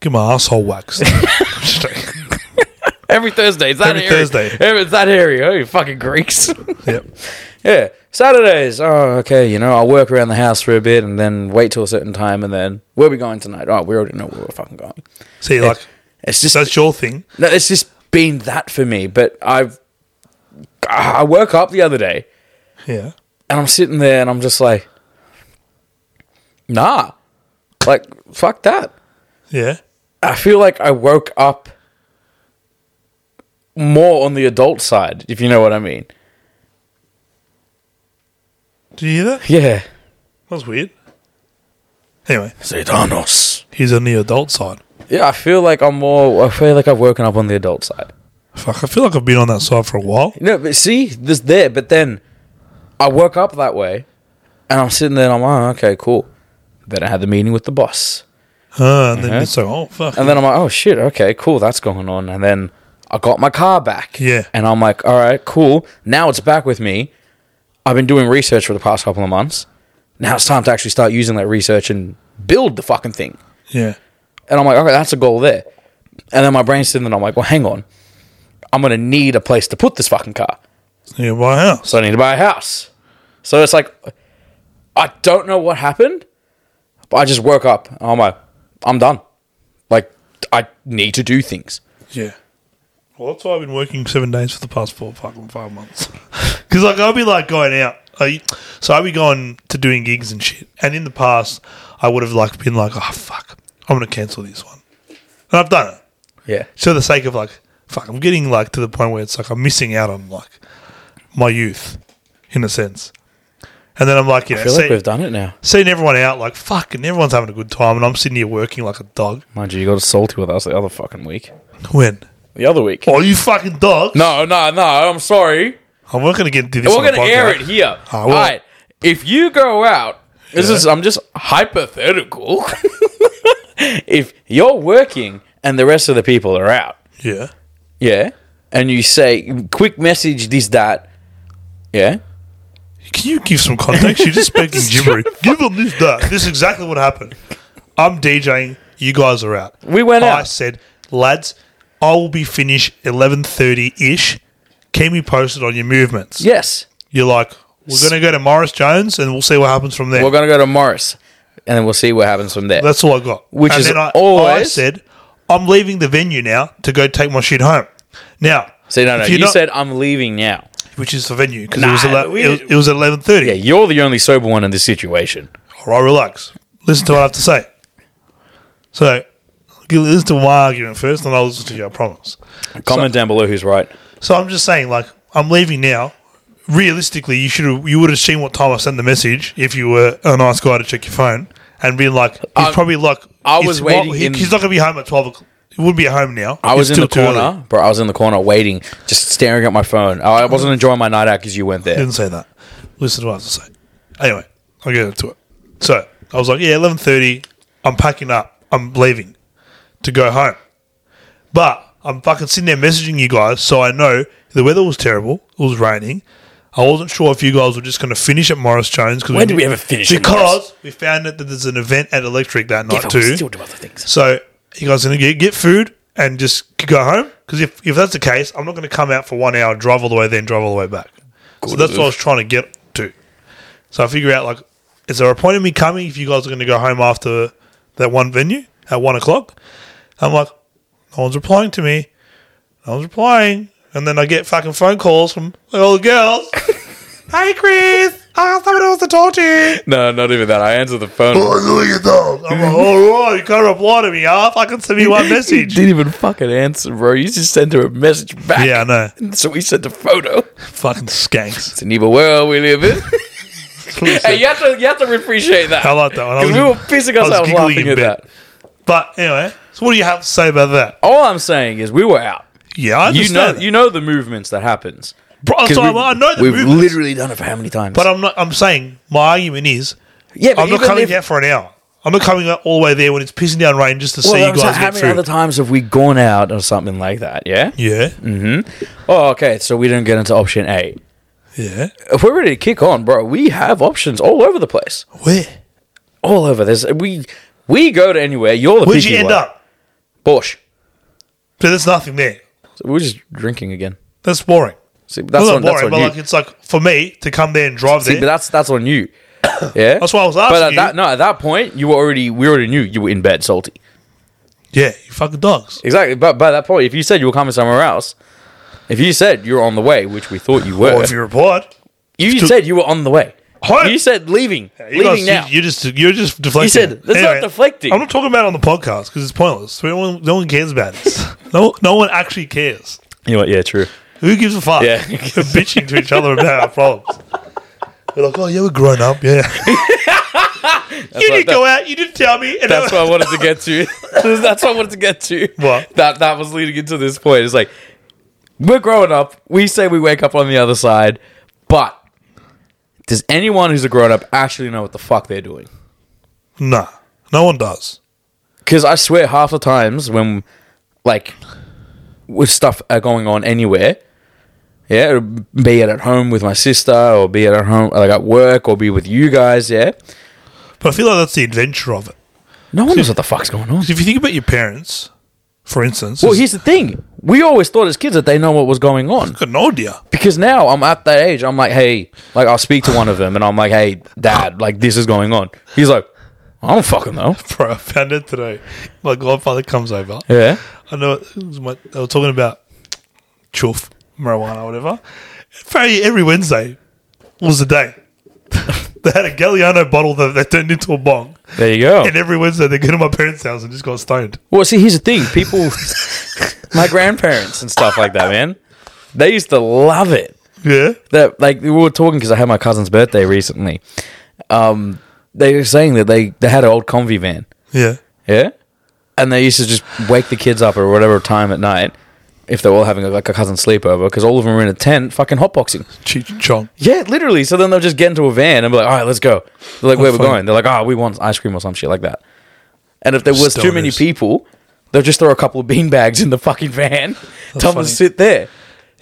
get my asshole [laughs] waxed. Just like- every Thursday. It's that Every area. Thursday. Every, it's that area. Oh, you fucking Greeks. [laughs] yep. yeah, Saturdays. Oh okay, you know, I'll work around the house for a bit and then wait till a certain time and then where are we going tonight? Oh, we already know where we're fucking going. See, like It's just that's your thing. No, it's just been that for me. But I've I woke up the other day. Yeah. and I'm sitting there and I'm just like, nah, like fuck that. Yeah. I feel like I woke up more on the adult side, if you know what I mean. Do you hear that? Yeah, That was weird. Anyway, Zetanos. he's on the adult side. Yeah, I feel like I'm more. I feel like I've woken up on the adult side. Fuck, I feel like I've been on that side for a while. No, but see, there's there, but then I woke up that way, and I'm sitting there. and I'm like, oh, okay, cool. Then I had the meeting with the boss. Uh, and then it's like, oh fuck. Uh-huh. And then I'm like, oh shit, okay, cool, that's going on. And then I got my car back. Yeah. And I'm like, all right, cool. Now it's back with me. I've been doing research for the past couple of months. Now it's time to actually start using that research and build the fucking thing. Yeah. And I'm like, okay, that's a goal there. And then my brain's sitting there and I'm like, well, hang on. I'm going to need a place to put this fucking car. Yeah, buy a house. So I need to buy a house. So it's like, I don't know what happened, but I just woke up. And I'm like, I'm done. Like, I need to do things. Yeah. Well, that's why I've been working seven days for the past four fucking five months. [laughs] Because like I'll be like going out, I, so I'll be going to doing gigs and shit. And in the past, I would have like been like, oh fuck, I'm gonna cancel this one, and I've done it. Yeah. So the sake of like, fuck, I'm getting like to the point where it's like I'm missing out on like my youth, in a sense. And then I'm like, you know, I feel see- like we've done it now. seeing everyone out, like fucking everyone's having a good time, and I'm sitting here working like a dog. Mind you, you got salty with us the other fucking week. When? The other week. Oh, you fucking dog! No, no, no. I'm sorry. I'm not gonna get into this. We're on the going to air podcast. it here. Ah, All well. right. If you go out, this is I'm just hypothetical. [laughs] If you're working and the rest of the people are out, Yeah. yeah, and you say, quick message, this, that, yeah, Can you give some context? You're just [laughs] speaking gibberish. Give them this, that. This is exactly what happened. I'm DJing. You guys are out. We went I out. said, lads, I will be finished 11.30-ish. Keep me posted on your movements. yes, You're like, we're going to go to Morris Jones and we'll see what happens from there. we're going to go to Morris and then we'll see what happens from there. That's all I got. Which and is then I, I always- said, I'm leaving the venue now to go take my shit home. Now, See, no, no, if you you're not- said, I'm leaving now. which is the venue because Nah, it was ele- we- it was- it was eleven thirty. Yeah, you're the only sober one in this situation. All right, relax. Listen to what I have to say. So, you listen to my argument first, and I'll listen to you, I promise. Comment down below who's right. So, I'm just saying, like, I'm leaving now. Realistically, you should have, you would have seen what time I sent the message if you were a nice guy to check your phone and been like, he's probably like, Um, I it's was what- waiting he- in- he's not going to be home at 12 o'clock. He wouldn't be at home now. I was It's in the still too corner, early. bro. I was in the corner waiting, just staring at my phone. I I wasn't enjoying my night out because you went there. Didn't say that. Listen to what I have to say. Anyway, I'll get into it. So I was like, yeah, eleven thirty. I'm packing up. I'm leaving to go home. But I'm fucking sitting there messaging you guys, so I know the weather was terrible. It was raining. I wasn't sure if you guys were just going to finish at Morris Jones because When did we ever finish at Morris? Because we found out that there's an event at Electric that night But we too. still do other things. So you guys gonna get, get food and just go home because if, if that's the case, I'm not gonna come out for one hour, drive all the way, then drive all the way back. So that's what I was trying to get to. So I figure out like, is there a point in me coming if you guys are gonna go home after that one venue at one o'clock? I'm like, no one's replying to me. No one's replying, and then I get fucking phone calls from all the girls. hey, Chris, I got someone else to talk to you. no, not even that. I answered the phone. I'm like, oh, right, you can't reply to me, huh? Fucking send me [laughs] one message. Didn't even fucking answer, bro. You just sent her a message back. Yeah, I know. [laughs] So we sent a photo. Fucking skanks. It's an evil world we live in. [laughs] hey, you have to you have to appreciate that. I like that one. I Because was- we were pissing I was ourselves giggling laughing a at bit. that. But anyway, so what do you have to say about that? All I'm saying is we were out. Yeah, I You know understand. you know the movements that happens. Bro, so I'm- I know the we've movements, literally done it for how many times? but I'm not. I'm saying my argument is yeah, but I'm not even coming if- out for an hour. I'm not coming out all the way there when it's pissing down rain just to Well, see you I'm saying, guys how get many other through. times have we gone out or something like that? Yeah. Yeah, Oh, okay. So we didn't get into option A. yeah. If we're ready to kick on, bro, we have options all over the place. Where? All over. There's we we go to anywhere. You're the Where'd picky you end one. up? Bosch. So there's nothing there. So we're just drinking again. That's boring. See, but that's Well, on, not that's boring, on but you. like it's like for me to come there and drive See, but there. that's that's [coughs] on you. Yeah, That's why I was But asking at you. that no, at that point, you were already we already knew you were in bed, salty. yeah, you fucking dogs. Exactly. But by that point, if you said you were coming somewhere else, if you said you're on the way, which we thought you were, Or if you replied, you, said you were on the way. Home. You said leaving, You guys- leaving now. You, are just you're just deflecting. said, it. "That's not deflecting." I'm not talking about it on the podcast because it's pointless. No one, no one cares about [laughs] it. no, no one actually cares. You know what? Yeah, true. Who gives a fuck? Yeah. [laughs] we're bitching to each other about our problems. We're like, oh yeah, we're grown up. [laughs] Yeah, you didn't that- go out. You didn't tell me. And That's what I wanted to get [laughs] to. That's what I wanted to get to. What? That that was leading into this point. It's like we're growing up. We say we wake up on the other side, but Does anyone who's a grown up actually know what the fuck they're doing? nah, no one does. Because I swear, half the times when like with stuff are going on anywhere, Yeah, be it at home with my sister, or be it at home like at work, or be with you guys. Yeah, But I feel like that's the adventure of it. no one knows what the fuck's going on. 'Cause if you think about your parents, for instance, Well, it's- here's the thing: we always thought as kids that they know what was going on. got no idea. [laughs] because now I'm at that age. I'm like, hey, like I'll speak to one of them, and I'm like, hey, dad, like this is going on. He's like, I don't fucking know. Bro, I found it today. My godfather comes over. Yeah, I know it was my, they were talking about chuff, marijuana, whatever. Very every Wednesday was the day. [laughs] they had a Galliano bottle that they turned into a bong, there you go. and every Wednesday they go to my parents' house and just got stoned. Well, see, here's the thing: people, [laughs] my grandparents and stuff like that, man, they used to love it. Yeah, That like we were talking because I had my cousin's birthday recently. Um, they were saying that they they had an old convy van. yeah. Yeah. And they used to just wake the kids up or whatever time at night if they're all having like a cousin sleepover because all of them were in a tent fucking hotboxing. Cheech and Chong. Yeah, literally. So then they'll just get into a van and be like, all right, let's go. They're like, where we're fun. going. They're like, oh, we want ice cream or some shit like that. And if there was too many Stoners. people, they'll just throw a couple of beanbags in the [laughs] fucking van. Tell them funny. to sit there.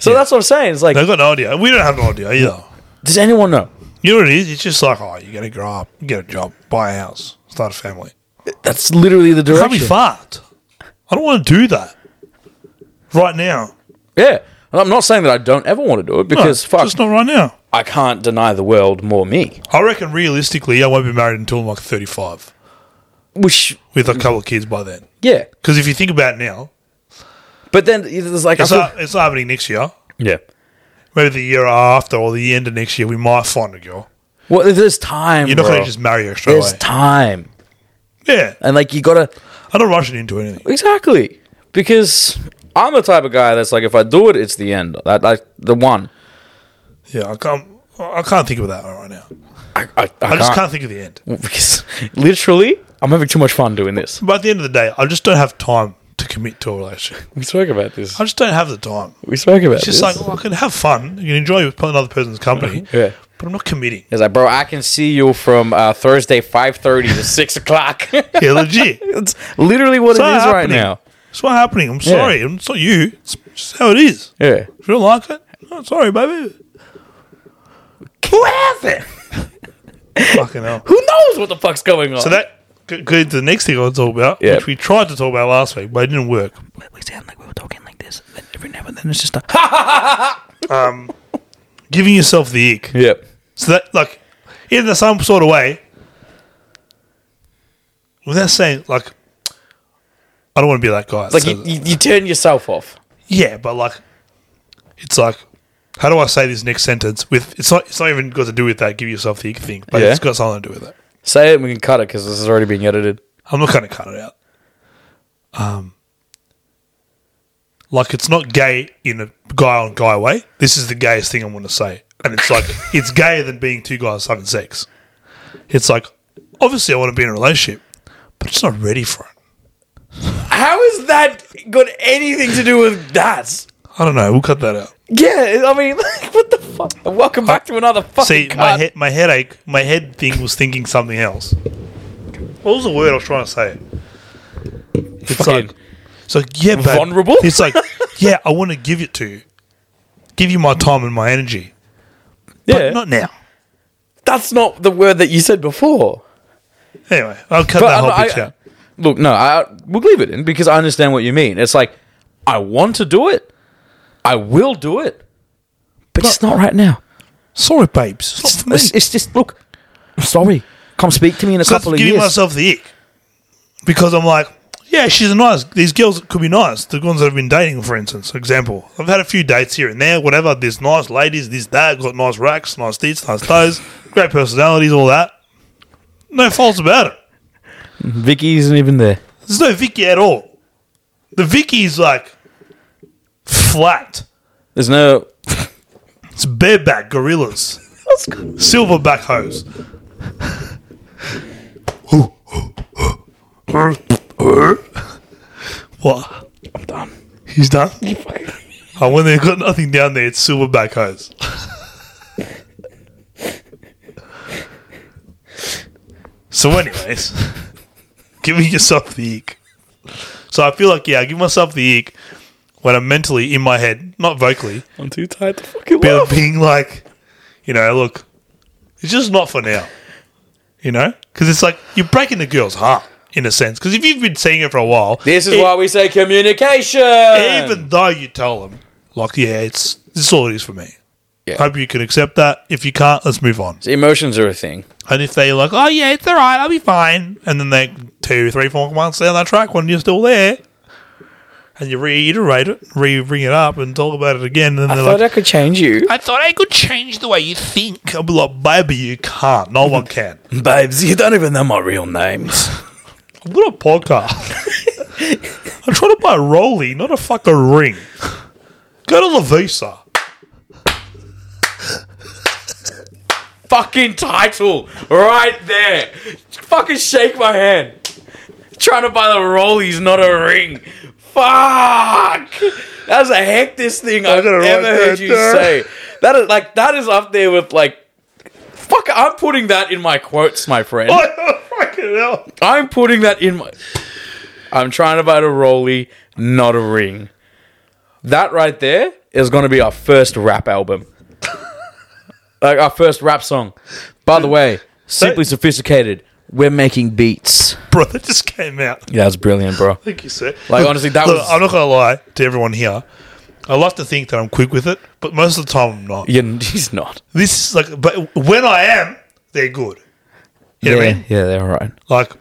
So that's what I'm saying. It's like, They got no idea. We don't have no idea either. does anyone know? You know what it is? It's just like, oh, you got to grow up, you get a job, buy a house, start a family. That's literally the Can't be direction. fucked. I don't want to do that right now. Yeah. And I'm not saying that I don't ever want to do it No, because fuck, just not right now. I can't deny the world more me. I reckon realistically, I won't be married until I'm like 35 Which, with a couple of kids by then. yeah. Because if you think about it now, But then there's like, I it's, feel- ha- it's happening next year. yeah. Maybe the year after or the end of next year, we might find a girl. Well, there's time. You're not going bro. to just marry her straight There's away. time, yeah. and like you gotta I'm not rushing into anything. exactly because I'm the type of guy that's like, if I do it, it's the end. That like the one. Yeah, I can't. I can't think of that right now. I, I, I, I just can't, can't think of the end. [laughs] because literally, I'm having too much fun [laughs] doing this. But at the end of the day, I just don't have time to commit to a relationship. We spoke about this. I just don't have the time. We spoke about It's this. just like well, I can have fun, you can enjoy with another person's company, Yeah. but I'm not committing. it's like, bro, I can see you from uh, Thursday five thirty [laughs] to six o'clock. [laughs] Yeah, legit. it's literally what It's it not is right happening. now. It's not happening. I'm sorry. It's not you. It's just how it is. Yeah. If you don't like it, I'm sorry, baby. Who it? Fucking hell. Who knows what the fuck's going on? So that g- goes to the next thing I want to talk about, Yeah. which we tried to talk about last week, but it didn't work. we sound like we were talking like this every now and then. It's just a Um, Giving yourself the ick. yep. So that, like, in the some sort of way, without saying, like, I don't want to be that guy. that Like says you, it. you, you turn yourself off. Yeah, but like, it's like, how do I say this next sentence? With it's not, it's not even got to do with that. Give yourself the ick thing, but Yeah. it's got something to do with it. Say it, and we can cut it because this is already being edited. I'm not going to cut it out. Um, like it's not gay in a guy on guy way. This is the gayest thing I'm going to say, and it's like it's gayer than being two guys having sex. It's like obviously I want to be in a relationship, but I'm just not ready for it. How has that got anything to do with that? I don't know. We'll cut that out. Yeah, I mean, [laughs] like, what the fuck? Welcome back to another [laughs] fucking. See, my cut. head, my headache, my head thing was thinking something else. What was the word I was trying to say? It's Fucking- like, it's like, yeah, babe. Vulnerable? It's [laughs] like, yeah, I want to give it to you, give you my time and my energy, but yeah, not now. that's not the word that you said before. Anyway, I'll cut that whole I- bitch I- out. Look, no, I, we'll leave it in because I understand what you mean. It's like I want to do it, I will do it, but it's not right now. Sorry, babes. It's not for me. It's, it's just look. Sorry, come speak to me in a So that's couple of giving years. myself the ick because I'm like, yeah, she's a nice. These girls could be nice. The ones that I've been dating, for instance, example. I've had a few dates here and there, whatever. There's nice ladies, this that got nice racks, nice tits, nice toes, great personalities, all that. No faults about it. Vicky isn't even there. There's no Vicky at all. The Vicky is like flat. There's no. It's bareback gorillas, silverback hose. what? I'm done. He's done. And when they've got nothing down there, it's silverback hose. so, anyways, giving yourself the ick. So I feel like yeah, I give myself the ick when I'm mentally in my head, not vocally, I'm too tired to fucking but laugh. being like, you know, look, it's just not for now. You know? Because it's like you're breaking the girl's heart in a sense. Because if you've been seeing it for a while, This is e- why we say communication. even though you tell them, like, yeah, it's this is all it is for me. Yeah. Hope you can accept that. If you can't, let's move on. So emotions are a thing. And if they're like, oh yeah, it's all right, I'll be fine, and then they two, three, four months down that track when you're still there, and you reiterate it, re bring it up, and talk about it again, and then I they're thought like, I could change you. I thought I could change the way you think. I'm like, baby, you can't. No one [laughs] can. Babes, you don't even know my real names. What a [laughs] podcast. I'm trying to buy a rollie, not a fucking ring. Go to La Visa. [laughs] [laughs] Fucking title right there. Fucking shake my hand. Trying to buy the rollies, not a ring. Fuck. That was the hectiest thing I've gotta ever write heard that you down. say. That is like that is up there with like. Fuck. I'm putting that in my quotes, my Oh, friend. What the fucking hell? I'm putting that in my. I'm trying to buy a rollie, not a ring. That right there is going to be our first rap album. [laughs] like our first rap song. By the way, simply sophisticated. We're making beats. Bro, that just came out. Yeah, that's brilliant, bro. Thank you, sir. Like, honestly, that was- I'm not going to lie to everyone here. I love to think that I'm quick with it, but most of the time I'm not. Yeah, [laughs] he's not. This is like, but when I am, they're good. You know what I mean? yeah, they're all right. Like,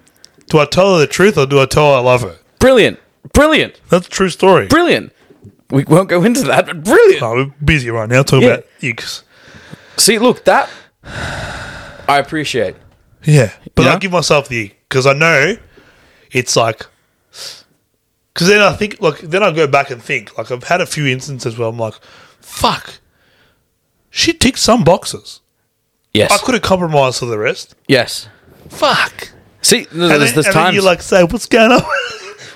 do I tell her the truth or do I tell her I love her? Brilliant, brilliant, That's a true story. brilliant. We won't go into that, but brilliant. Oh, we're busy right now talking Yeah. about icks. See, look, that [sighs] I appreciate. Yeah, but Yeah. I'll give myself the because I know it's like because then I think like then I go back and think like I've had a few instances where I'm like, fuck, she ticked some boxes. Yes, I could have compromised for the rest. yes. Fuck. See, no, And there's, then, there's and then you times. like say, what's going on? [laughs]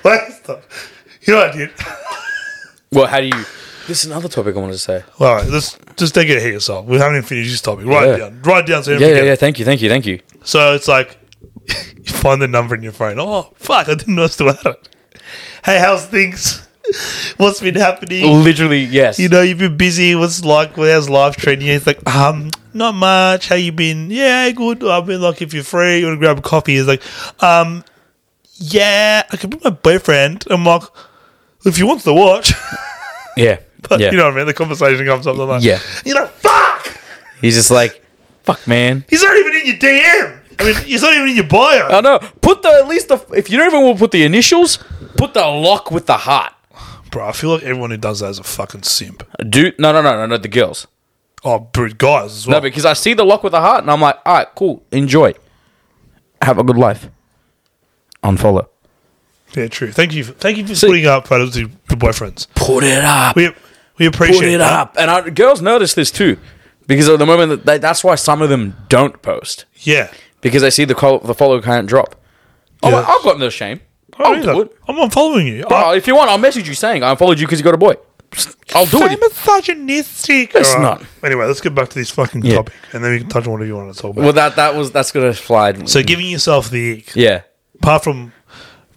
What the- you know what I did? well, how do you? This is another topic I wanted to say. All right, let's just take it ahead yourself. We haven't even finished this topic. Write Yeah. it down. Write it down so you don't Yeah, yeah, forget. yeah. Thank you, thank you, thank you. So it's like you find the number in your phone. Oh fuck, I didn't know I still had it. Hey, how's things? What's been happening? Literally, yes. You know, you've been busy. What's like? How's life treating you? It's like, um, not much. How you been? Yeah, good. I've been like, if you're free, you want to grab a coffee. It's like, um, yeah, I could be my boyfriend. I'm like, if you want the watch, [laughs] [laughs] yeah, but yeah. you know what I mean. The conversation comes up. I'm like, Yeah. you know, fuck. He's just like, fuck, man. He's not even in your DM. I mean, he's not even in your bio. I know. Put the at least the if you don't even want to put the initials, put the lock with the heart, Bro, I feel like everyone who does that is a fucking simp. dude. No, no, no, no, no. The girls. Oh, bro, guys as No, well. because I see the lock with the heart, and I'm like, all right, cool, enjoy, have a good life. Unfollow. yeah, true. Thank you, thank you for putting up photos of your boyfriends. Put it up. We we appreciate Put it that. up. And I, girls notice this too, because at the moment that they, that's why some of them don't post Yeah, because they see the call, the follow count drop. Oh, Yeah. I've got no shame. I I'll do it. Oh, I'm not following you. Bro, if you want, I'll message you saying I unfollowed you because you got a [laughs] boy. I'll do I'm it. misogynistic. It's All not. Anyway, let's get back to this fucking Yeah. topic, and then we can touch on whatever you want to talk about. Well, that that was that's gonna fly. so, giving yourself the ick, yeah, apart from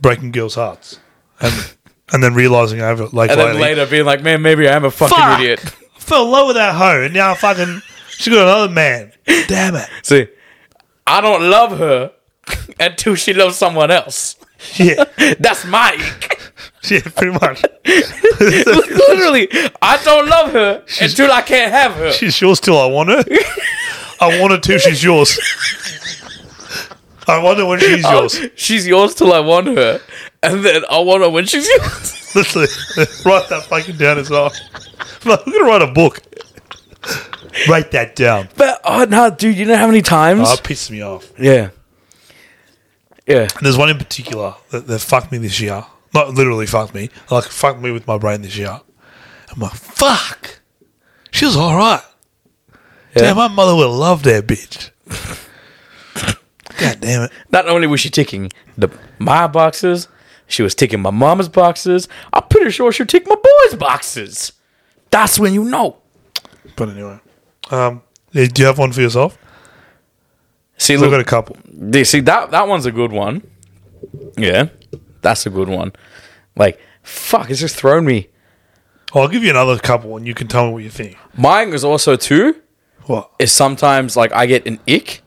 breaking girls' hearts, and and then realizing I have it like and then lately, later being like, man, maybe I am a fucking Fuck! idiot. I fell in love with that hoe, and now I fucking she got another man. Damn it. See, I don't love her [laughs] until she loves someone else. [laughs] Yeah, That's my ick. [laughs] [laughs] yeah, pretty much. literally. I don't love her until I can't have her. She's yours till I want her. I want her till she's yours. I wonder when she's yours. [laughs] She's yours till I want her, and then I want her when she's [laughs] yours. Literally, write that fucking down as well. [laughs] Look, I'm gonna write a book. Write that down. But oh no, dude, you know how many times? Oh, it pissed me off. yeah, yeah. And there's one in particular that, that fucked me this year. Not literally fucked me. Like fucked me with my brain this year. I'm like, fuck. She was all right. Damn, my mother would love that [laughs] bitch. God damn it. Not only was she ticking the my boxes, she was ticking my mama's boxes. I'm pretty sure she ticked my boy's boxes. That's when you know. But anyway, um, yeah, do you have one for yourself? See, I've look, got a couple. They- See that that one's a good one. Yeah, that's a good one. Like fuck, it's just thrown me. Well, Oh, I'll give you another couple, and you can tell me what you think. Mine is also too What? is sometimes like I get an ick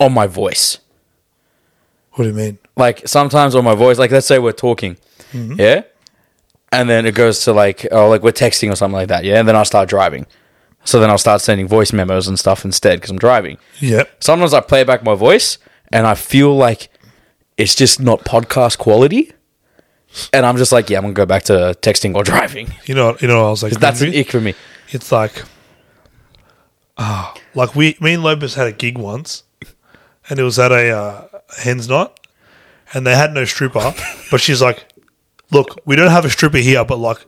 on my voice. What do you mean? Like sometimes on my voice, like let's say we're talking, yeah, and then it goes to like oh like we're texting or something like that, yeah, and then I start driving, so then I'll start sending voice memos and stuff instead because I'm driving. Yep. Sometimes I play back my voice and I feel like it's just not podcast quality. And I'm just like, yeah, I'm gonna go back to texting or [laughs] driving. You know. You know. What I was like, That's an maybe? ick for me. It's like, ah, like we, me and Lopez had a gig once, and it was at a uh, hen's night, and they had no stripper, but she's like, "Look, we don't have a stripper here, but like,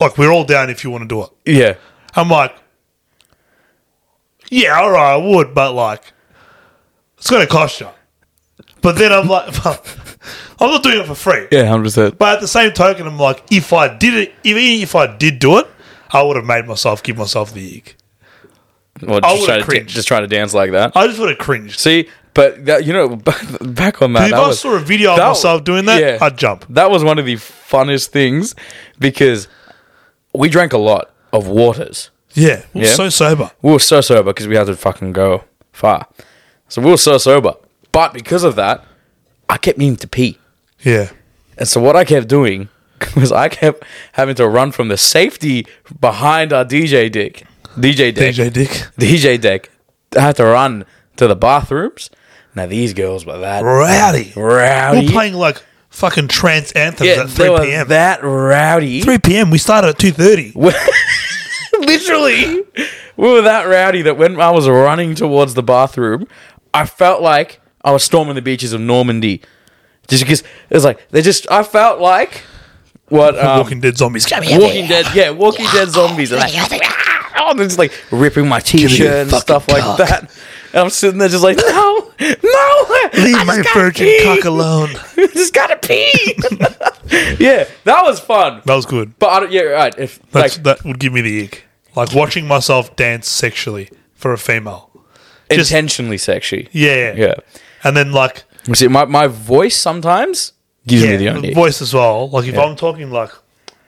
like we're all down if you want to do it." Yeah. I'm like, "Yeah, all right, I would, but like, it's gonna cost you." But then I'm like, [laughs] "I'm not doing it for free." Yeah, hundred percent. But at the same token, I'm like, if I did it, even if I did do it, I would have made myself give myself the ick. Or I just would've try, to, cringed. just try to dance like that. I just would have cringed. See, but that, you know, [laughs] back on that. if that I was- saw a video of that- myself doing that, yeah. I'd jump. That was one of the funnest things because we drank a lot of waters. Yeah, we were Yeah. so sober. We were so sober because we had to fucking go far. So we were so sober. But because of that, I kept needing to pee. Yeah, And so what I kept doing [laughs] was I kept having to run from the safety behind our DJ dick. DJ deck. DJ Dick, DJ deck. I had to run to the bathrooms. Now these girls were that rowdy. rowdy. We're playing like fucking trance anthems yeah, at they three were p.m. that rowdy. [laughs] three p.m. We started at two thirty. Literally, we were that rowdy that when I was running towards the bathroom, I felt like I was storming the beaches of Normandy. Just because it was like they just, I felt like what [laughs] um, Walking Dead zombies. Come here. Walking Dead, yeah, Walking Dead zombies. Like, oh, they're just like ripping my me your t-shirt and fucking stuff cock. like that. And I'm sitting there just like, no, no, Leave my virgin [laughs] cock alone. just gotta pee. [laughs] yeah, that was fun. That was good. But I don't, yeah, right. If That's, like that would give me the ick. Like watching myself dance sexually for a female. just- intentionally sexy, Yeah, yeah. And then like See, my, my voice sometimes gives me the only. voice as well. Like if I'm talking like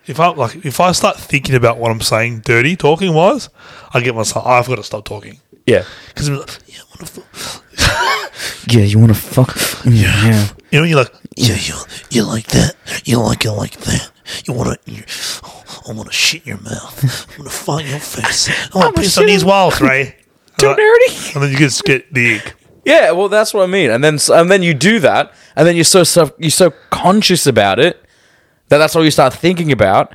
if I like if I start thinking about what I'm saying, dirty talking wise, I get myself. I've got to stop talking yeah, because like, yeah, I wanna fu-" yeah. You want to fuck? Yeah. you know when you're like Yeah, you, you like that? You like it like that? You wanna? You, oh, I wanna shit your mouth. I wanna find your face. I wanna piss on these walls, right? Too nerdy. And then you just get the ick. Yeah, well, that's what I mean. And then and then you do that, and then you're so self, you're so conscious about it that that's all you start thinking about.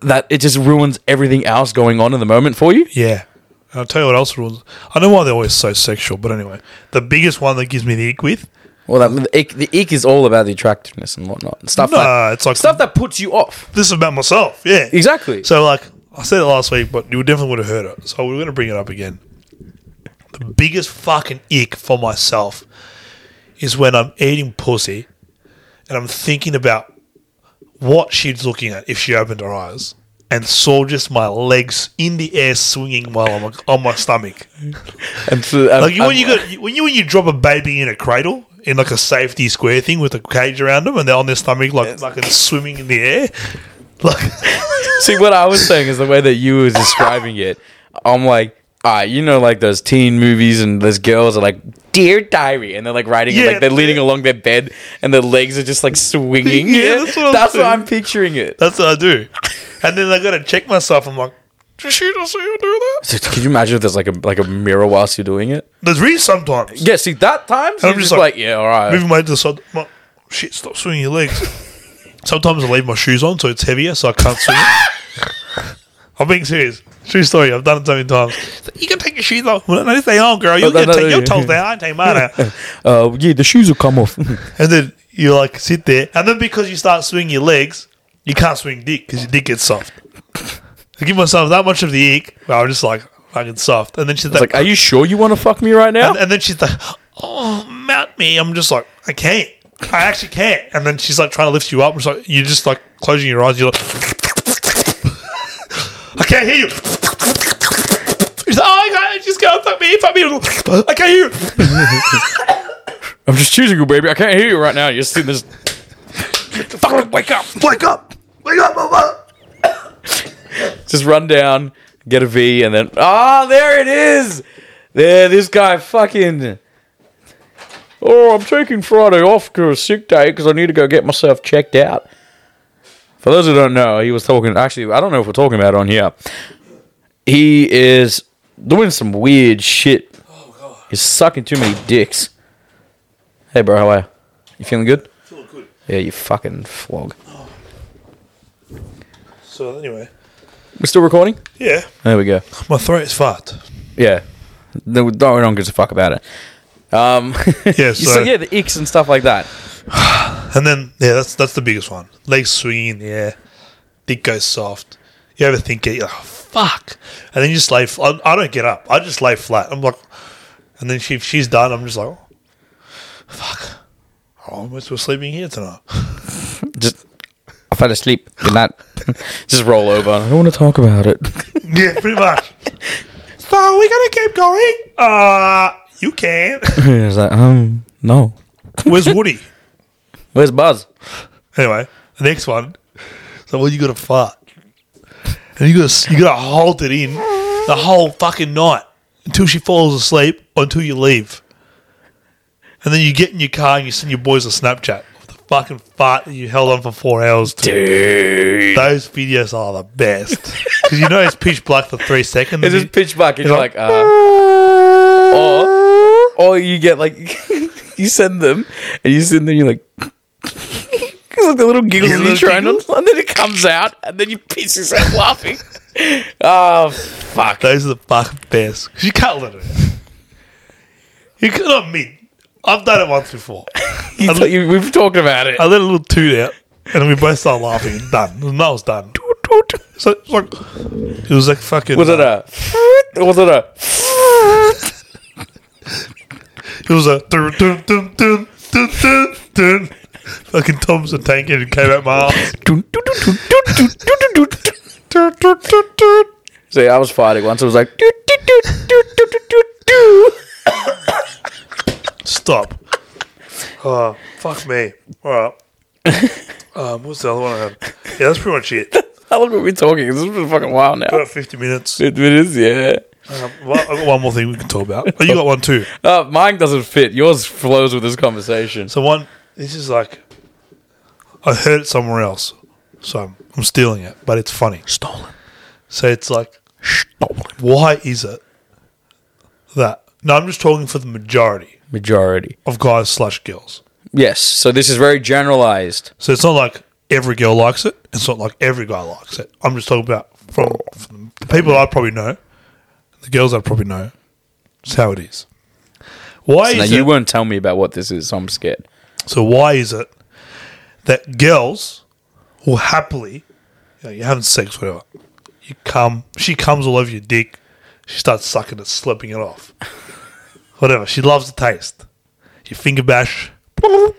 That it just ruins everything else going on in the moment for you. Yeah. And I'll tell you what else rules. I know why they're always so sexual, but anyway, the biggest one that gives me the ick with. Well, that, the, ick, the ick is all about the attractiveness and whatnot, and stuff Nah, that it's like- stuff that puts you off. This is about myself. Yeah. Exactly. So, like, I said it last week, but you definitely would have heard it. So, we're going to bring it up again. The biggest fucking ick for myself is when I'm eating pussy and I'm thinking about what she's looking at if she opened her eyes and saw just my legs in the air swinging while I'm on my stomach. And so, um, Like, you- when um, you, got, when you when you drop a baby in a cradle. In like a safety square thing with a cage around them, and they're on their stomach like like it's swimming in the air, [laughs] like See, what I was saying is the way that you were describing it. I'm like, ah, you know, like those teen movies, and those girls are like, "Dear Diary," and they're like riding, Yeah. like they're leaning along their bed, and their legs are just like swinging. Yeah, that's what I'm saying. I'm picturing it. That's what I do. And then I gotta check myself. I'm like, did she just see you do that? So Could you imagine if there's like a like a mirror whilst you're doing it? There's really sometimes. Yeah. See, that time you're I'm just just like, like, yeah, all right. Moving my head to the side. I'm like, shit, stop swinging your legs. sometimes I leave my shoes on so it's heavier so I can't [laughs] swing it. I'm being serious. True story. I've done it so many times. You can take your shoes off. Well, no, they on, girl. You no, can no, take your yeah. toes down. I ain't take [laughs] mine out. Uh, yeah, the shoes will come off. [laughs] And then you like sit there. And then because you start swinging your legs, you can't swing dick because your dick gets soft. I give myself that much of the ick. but I was just like, fucking soft. And then she's like, are you sure you want to fuck me right now? And, and then she's like, "Oh, mount me." I'm just like, I can't. I actually can't. And then she's like trying to lift you up. It's like you're just like closing your eyes. You're like, I can't hear you. She's like, oh, I can't. Just go fuck me, fuck me. I can't hear you. I'm just choosing you, baby. I can't hear you right [laughs] now. You're just sitting this. Wake up! Wake up! Wake up! Mama. Just run down, get a V, and then ah, there it is. There, this guy fucking. Oh, I'm taking Friday off for a sick day because I need to go get myself checked out. For those who don't know, he was talking. Actually, I don't know if we're talking about it on here. He is doing some weird shit. He's sucking too many dicks. Hey, bro, how are you? You feeling good? Feeling good. Yeah, you fucking flog. So anyway, We're still recording? yeah, There we go. my throat is fucked. Yeah. No, we don't, we don't give a fuck about it. Um, [laughs] Yeah, you so- see, yeah, the icks and stuff like that. And then yeah, that's that's the biggest one. Legs swinging in the air, dick goes soft. You overthink it. You're like, "Oh, fuck. And then you just lay. I, I don't get up. I just lay flat. I'm like, and then she she's done. I'm just like, oh, fuck. Oh, we're still sleeping here tonight. [laughs] Just, I fell asleep. Good night. [laughs] Just roll over. I don't want to talk about it. [laughs] yeah, pretty much. [laughs] so we're gonna keep going. Uh you can. it's like, um, no. [laughs] Where's Woody? Where's [laughs] Buzz? Anyway, the next one. So well, you got to fart, and you got to you got to hold it in the whole fucking night until she falls asleep or until you leave, and then you get in your car and you send your boys a Snapchat of the fucking fart that you held on for four hours. To. Dude. Those videos are the [laughs] best because you know it's pitch black for three seconds. It's and just you- pitch black and you're like, like- uh. Or, or you get like, [laughs] you send them and you send them, you're like, [laughs] It's like the little giggles Yeah, that you're little trying on, and then it comes out, and then you piss yourself laughing. [laughs] Oh, fuck. Those are the fucking best. 'Cause you can't let it out. You cannot mean. I've done it once before. You thought you- we've talked about it. I let a little toot out, and then we both started laughing. Done. And that was done. So it's like, it was like fucking. Was it uh, a? Was it a? It was a. Dun, dun, dun, dun, dun, dun, dun. Fucking Thompson tank and it came out my ass. See, I was fighting once. I was like, Stop. Oh, fuck me. All right. Um, what's the other one I had? Yeah, that's pretty much it. how long were we talking? This has been fucking wild now. About 50 minutes. It, it is, yeah. Um, well, I've got one more thing we can talk about. Oh, you got one too. Uh, mine doesn't fit. Yours flows with this conversation. So one, this is like, I heard it somewhere else, so I'm, I'm stealing it, but it's funny. Stolen. So it's like, stolen. Why is it that? No, I'm just talking for the majority Majority. of guys slash girls. Yes. So this is very generalized. So it's not like every girl likes it. It's not like every guy likes it. I'm just talking about from, from the people I probably know, the girls I probably know. It's how it is. Why Now is you it? won't tell me about what this is, so I'm scared. So why is it that girls will happily, you know, you're having sex, whatever, you come, she comes all over your dick, she starts sucking it, slipping it off, [laughs] whatever. She loves the taste. You finger bash, and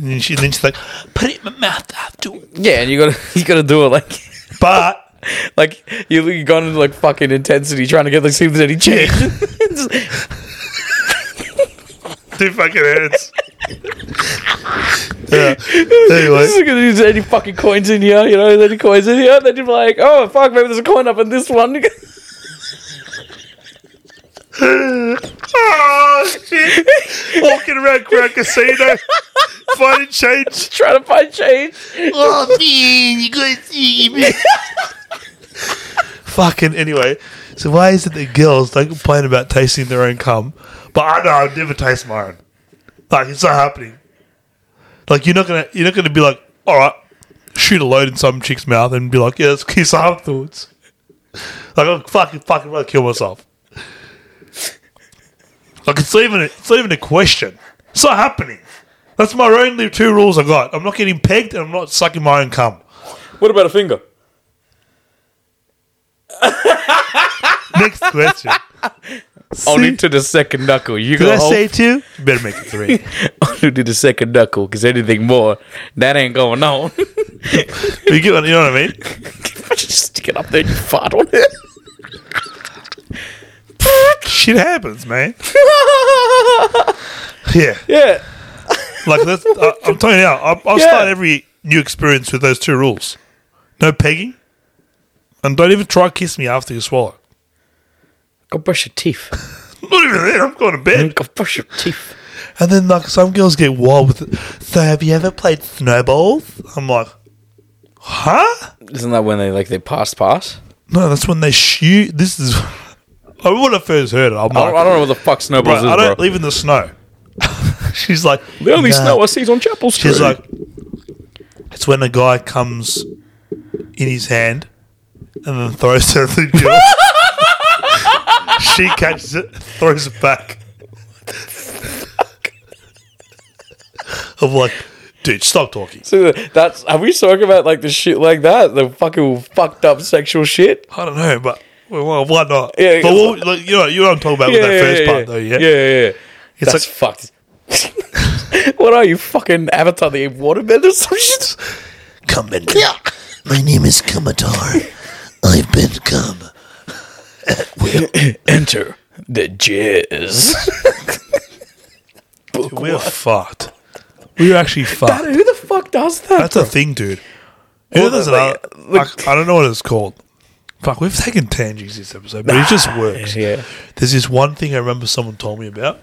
then, she, then she's like, "Put it in my mouth after." Yeah, and you gotta [laughs] you gotta do it like But like you you gone into like fucking intensity trying to get [laughs] like see if there's any change. [laughs] two fucking heads. [laughs] yeah. Anyway, Just look at these, any fucking coins in here, you know, any coins in here. Then you're like, oh fuck, maybe there's a coin up in this one. [laughs] [laughs] oh shit! Walking around Grand Casino, finding change. trying to find change. Oh, man, you gotta see me. [laughs] fucking anyway. So why is it that girls don't complain about tasting their own cum, but I know I'll never taste my own. Like it's not happening. Like you're not gonna you're not gonna be like, all right, shoot a load in some chick's mouth and be like, yeah, let's kiss afterwards. Like I'm fucking fucking rather kill myself. Like it's not even a, it's not even a question. It's not happening. That's my only two rules I got. I'm not getting pegged and I'm not sucking my own cum. What about a finger? Next [laughs] question. On See? into the second knuckle. You Did go I home. [laughs] say two? You better make it three. on into the second knuckle, because anything more, that ain't going on. [laughs] you get what you know what I mean? Just stick it up there and you fart on it. [laughs] Shit happens, man. Yeah, yeah. like that's. I, I'm telling you now. I, I'll Yeah. start every new experience with those two rules: no pegging, And don't even try to kiss me after you swallow. Got brush your teeth. [laughs] Not even there. I'm going to bed. Got brush your teeth. And then like some girls get wild with it. So have you ever played snowballs? I'm like, huh? Isn't that when they like they pass pass? No, that's when they shoot. This is. [laughs] I remember when I first heard it. I'm I don't, I like, don't know what the fuck bro, snowballs I is, don't bro. live in the snow. [laughs] She's like, The only "Nah." snow I see is on Chapel Street. uh, She's like, it's when a guy comes in his hand and then throws it at the girl. she catches it, throws it back. I'm like, dude, stop talking. [laughs] So that's have we talked about like the shit like that? The fucking fucked up sexual shit? I don't know, but well, why not? Yeah, but we'll, like, you know, you know what I'm talking about with that first part, though. Yeah, yeah, yeah, yeah. It's that's like- fucked. [laughs] what are you fucking Avatar the Waterbender? or Some shit. Commendor. My name is Commodore. I've been cum. [laughs] Enter the jizz. we're fucked. We're actually fucked. Who the fuck does that? That's a thing, dude. You know, there's another, I, I don't know what it's called. Fuck, we've taken tangents this episode, but it just works. yeah. There's this one thing I remember someone told me about.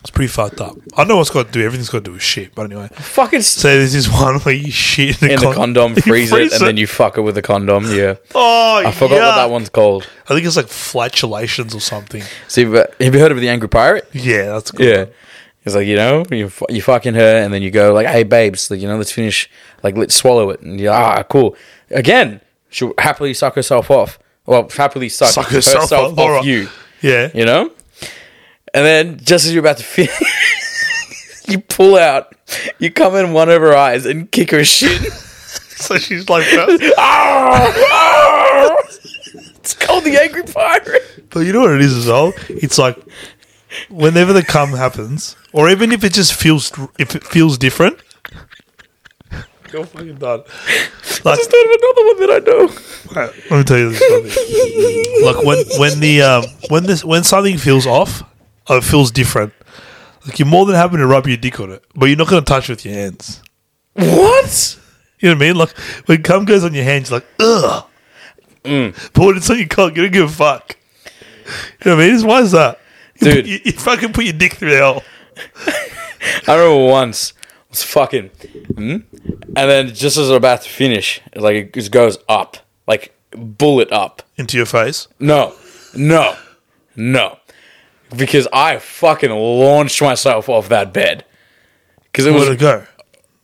It's pretty fucked up. I know what's got to do. Everything's got to do with shit. But anyway, Fucking so there's this one where you shit in, in the condom, [laughs] you freeze, it, and then you fuck it with the condom. Yeah, Oh, I forgot what that one's called. I think it's like flatulations or something. See, but have you heard of the angry pirate? Yeah, that's good. Yeah. It's like, you know, you, fu- you fucking her, and then you go, like, hey, babes, like, you know, let's finish, like, let's swallow it. And you're like, ah, cool. Again, she'll happily suck herself off. Well, happily suck, Suck herself, herself off, off, alright. you, Yeah. you know? And then just as you're about to [laughs] finish, you pull out, you come in one of her eyes and kick her shit. [laughs] [laughs] So she's like, that. it's called the Angry Pirate. but you know what it is as well? It's like whenever the cum happens, or even if it just feels, if it feels different. You're fucking done. Like, Just thought of another one that I know. Let me tell you this. story. like when when the um, when this when something feels off, or it feels different. Like you're more than happy to rub your dick on it, but you're not going to touch it with your hands. [laughs] What? You know what I mean? Like when cum goes on your hands, you're like ugh. But when it's on your cock, you don't give a fuck. You know what I mean? It's- Why is that? You Dude. put- you, you fucking put your dick through the hole. I remember once I was fucking, hmm? and then just as I'm about to finish, like it just goes up, like bullet up. into your face. No, no, no, because I fucking launched myself off that bed because it Where'd was it go?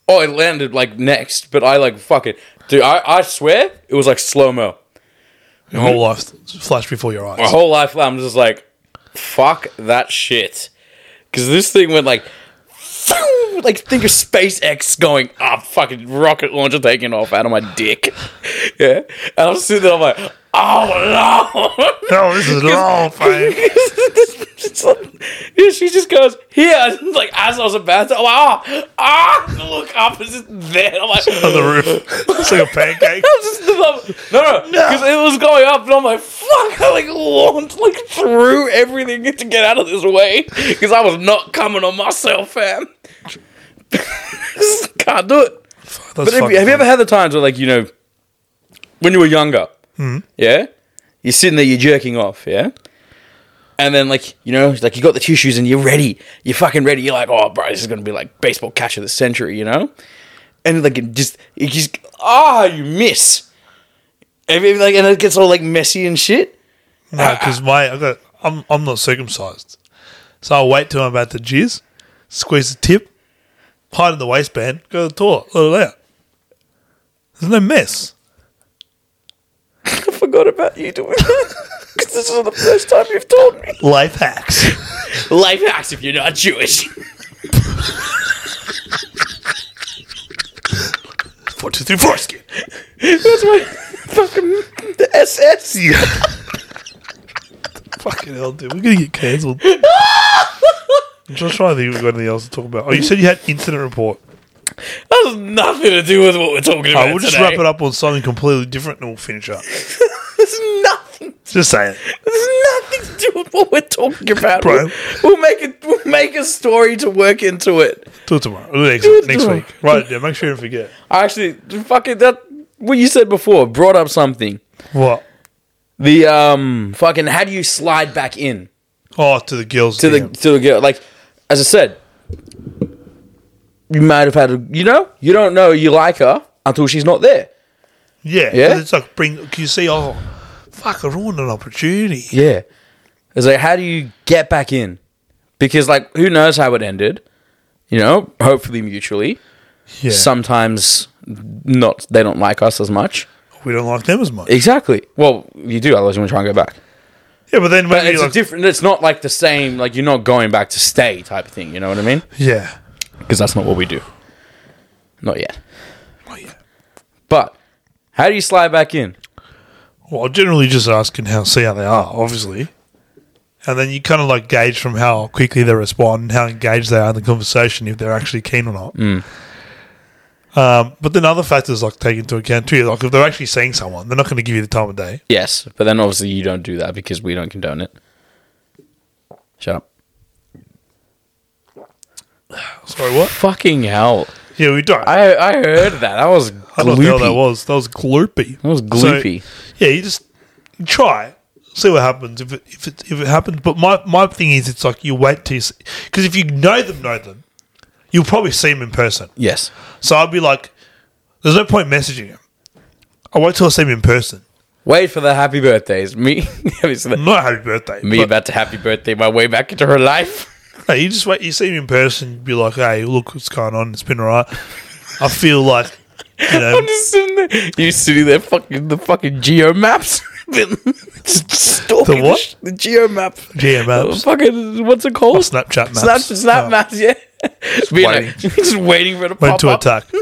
oh, it landed like next, but I like fucking dude. I I swear it was like slow mo. Your whole life flashed before your my [laughs] eyes. whole life I'm just like, fuck that shit. Cause this thing went like [laughs] like think of SpaceX going up, fucking rocket launcher taking off out of my dick. [laughs] Yeah. And I'm sitting there, I'm like, oh no. [laughs] No, this is long, fine. It's like- yeah, she just goes here, [laughs] and, like as I was about to, I'm like, oh, ah, look up, it's just there. I'm like, on the roof. It's like a [laughs] pancake. I was just no, no, because it was going up, and I'm like, fuck! I like launched like through everything to get out of this way because I was not coming on myself, fam. [laughs] Can't do it. That's But have you, have you ever had the times where, like, you know, when you were younger, yeah, you're sitting there, you're jerking off, yeah, and then like, you know, like you got the tissues and you're ready, you're fucking ready. You're like, oh, bro, this is gonna be like baseball catch of the century, you know, and like it just, it just, ah, you miss, and, it- like, and it gets all like messy and shit. [laughs] because my I got, I'm I'm not circumcised, so I wait till I'm about to jizz, squeeze the tip, hide in the waistband, go to the toilet, let it out. There's no mess. I forgot about you doing that. [laughs] Because this is the first time you've told me. Life hacks. [laughs] Life hacks if you're not Jewish. Four, two, three, four. Skin. [laughs] That's my fucking the SS. Fucking hell, dude, we're gonna get cancelled. I'm just trying to think if we've got anything else to talk about. Oh, you said you had incident report. That has nothing to do with what we're talking about. I will just wrap it up on something completely different and we'll finish up. There's nothing. Just saying. There's nothing to do with what we're talking about. Bro. We'll, we'll make it. We'll make a story to work into it. Do it tomorrow. Do it it next, next tomorrow. week. Right, yeah, make sure you don't forget. I actually fucking that. What you said before brought up something. What? The um fucking how do you slide back in Oh, to the gills. to the to the girl? Like as I said, you might have had a, you know you don't know you like her until she's not there. yeah. Yeah? It's like bring. Can you see? Oh, fuck! I ruined an opportunity. Yeah. It's like, how do you get back in? Because, like, who knows how it ended? You know, hopefully mutually. Yeah. Sometimes not they don't like us as much. we don't like them as much. Exactly. Well, you do, otherwise you want to try and go back. yeah, but then when But it's you a like, different. It's not like the same. Like you're not going back to stay type of thing. You know what I mean? yeah, Because that's not what we do. Not yet. Oh, yeah. But how do you slide back in? Well, generally just asking how see how they are, obviously, and then you kind of like gauge from how quickly they respond, how engaged they are in the conversation, if they're actually keen or not. Mm. Um, but then other factors like take into account too, like if they're actually seeing someone, they're not going to give you the time of day. Yes, but then obviously you don't do that because we don't condone it. Shut up. Sorry, what? Fucking hell. Yeah, we don't. I, I I heard that. [laughs] That was don't know gloopy. what that was. That was gloopy. That was gloopy. yeah, you just you try, see what happens. If it, if it, if it happens, but my, my thing is, it's like you wait till because if you know them, know them, you'll probably see them in person. yes. So I'd be like, there's no point messaging him. I wait till I see him in person. Wait for the happy birthdays. Me, [laughs] it's the- Not happy birthday. me Mm, but, about to happy birthday my way back into her life. [laughs] no, you just wait. You see him in person. You'd be like, hey, look what's going on. It's been alright. I feel like you know. [laughs] I'm just sitting there. You sitting there, fucking the fucking geo maps. [laughs] Just stalking The what? sh- The, geo map. GM apps, Fucking what's it called? Snapchat maps. Snap, snap No. maps. Yeah. Just, waiting. [laughs] just waiting for it to Went pop to up. attack.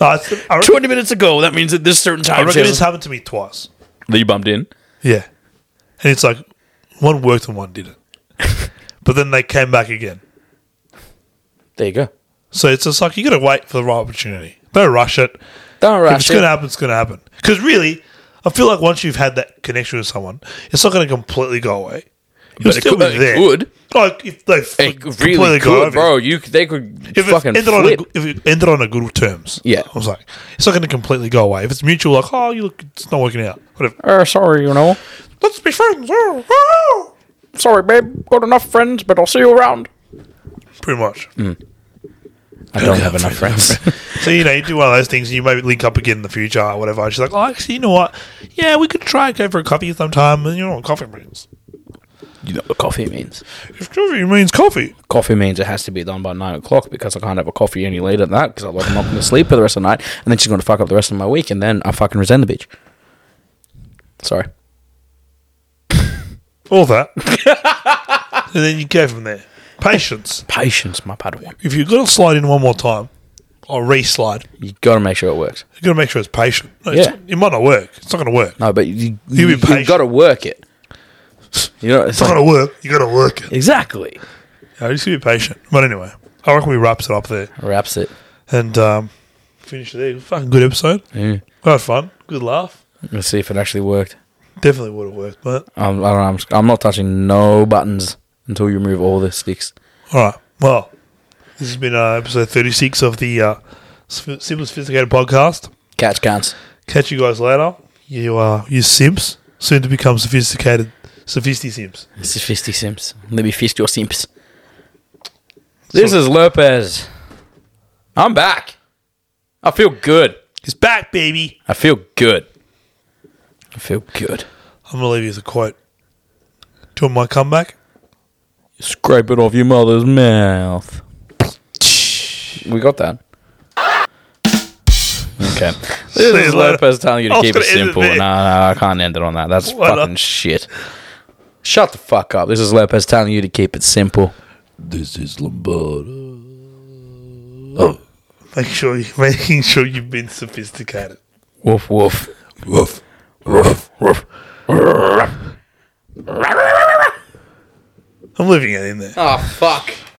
No, it's, I, [laughs] reckon, Twenty minutes ago. That means at this certain I time. reckon this That happened to me twice. you bumped in. Yeah. And it's like one worked and one [laughs] didn't. but then they came back again. There you go. So it's just like you gotta wait for the right opportunity. Don't rush it. Don't If it's rush gonna it. happen, it's gonna happen. Because really, I feel like once you've had that connection with someone, it's not gonna completely go away. You'll But it still could- be it there. could. Like if they f- It completely really go could, over. bro. You c- they could If it, fucking ended flip. on a, if it ended on a good terms, Yeah. I was like, it's not going to completely go away. If it's mutual, like, oh, you look, it's not working out. Whatever. Uh, sorry, you know. Let's be friends. [laughs] Oh, oh. Sorry, babe. Got enough friends, but I'll see you around. Pretty much. Mm. I don't have enough friends. [laughs] So you know, you do one of those things, and you maybe link up again in the future or whatever. And she's like, "Oh, actually, you know what? Yeah, we could try and go for a coffee sometime." And you know what coffee means? you know what coffee means? If coffee means coffee, Coffee means it has to be done by nine o'clock because I can't have a coffee any later than that because otherwise I'm not going to sleep for the rest of the night, and then she's going to fuck up the rest of my week, and then I fucking resent the bitch. Sorry. all that, [laughs] and then you go from there. Patience. Patience, my padawan. If you've got to slide in one more time or re-slide, you You got to make sure it works. have got to make sure it's patient. No, it's- Yeah. it might not work. It's not going to work. No, but you You you, be you patient. got to work it. You know, it's It's not [laughs] like, going to work. You got to work it. exactly. No, just be patient. But anyway, I reckon we wraps it up there Wraps it. and um, finish it there. Fucking good episode. Yeah. We had fun. Good laugh. Let's see if it actually worked. Definitely would have worked, but I'm, I don't know, I'm, I'm not touching no buttons until you remove all the sticks. All right. Well, this has been uh, episode 36 of the uh, Soph- Simple Sophisticated Podcast. Catch counts. Catch you guys later. You uh, you simps, soon to become sophisticated, sophisti simps. This is Fisty Simps. Let me fist your simps. This is Lopez. I'm back. I feel good. He's back, baby. I feel good. I feel good. I'm going to leave you with a quote. Do you want my comeback? Scrape it off your mother's mouth. We got that. Okay. This is you later. Lopez telling you I to was keep it gonna end it simple. No, there. no, I can't end it on that. That's Why not? fucking shit. Shut the fuck up. This is Lopez telling you to keep it simple. This is Lombardo. Make sure, you, [laughs] making sure you've been sophisticated. Woof woof. Woof. I'm leaving it in there. Oh fuck.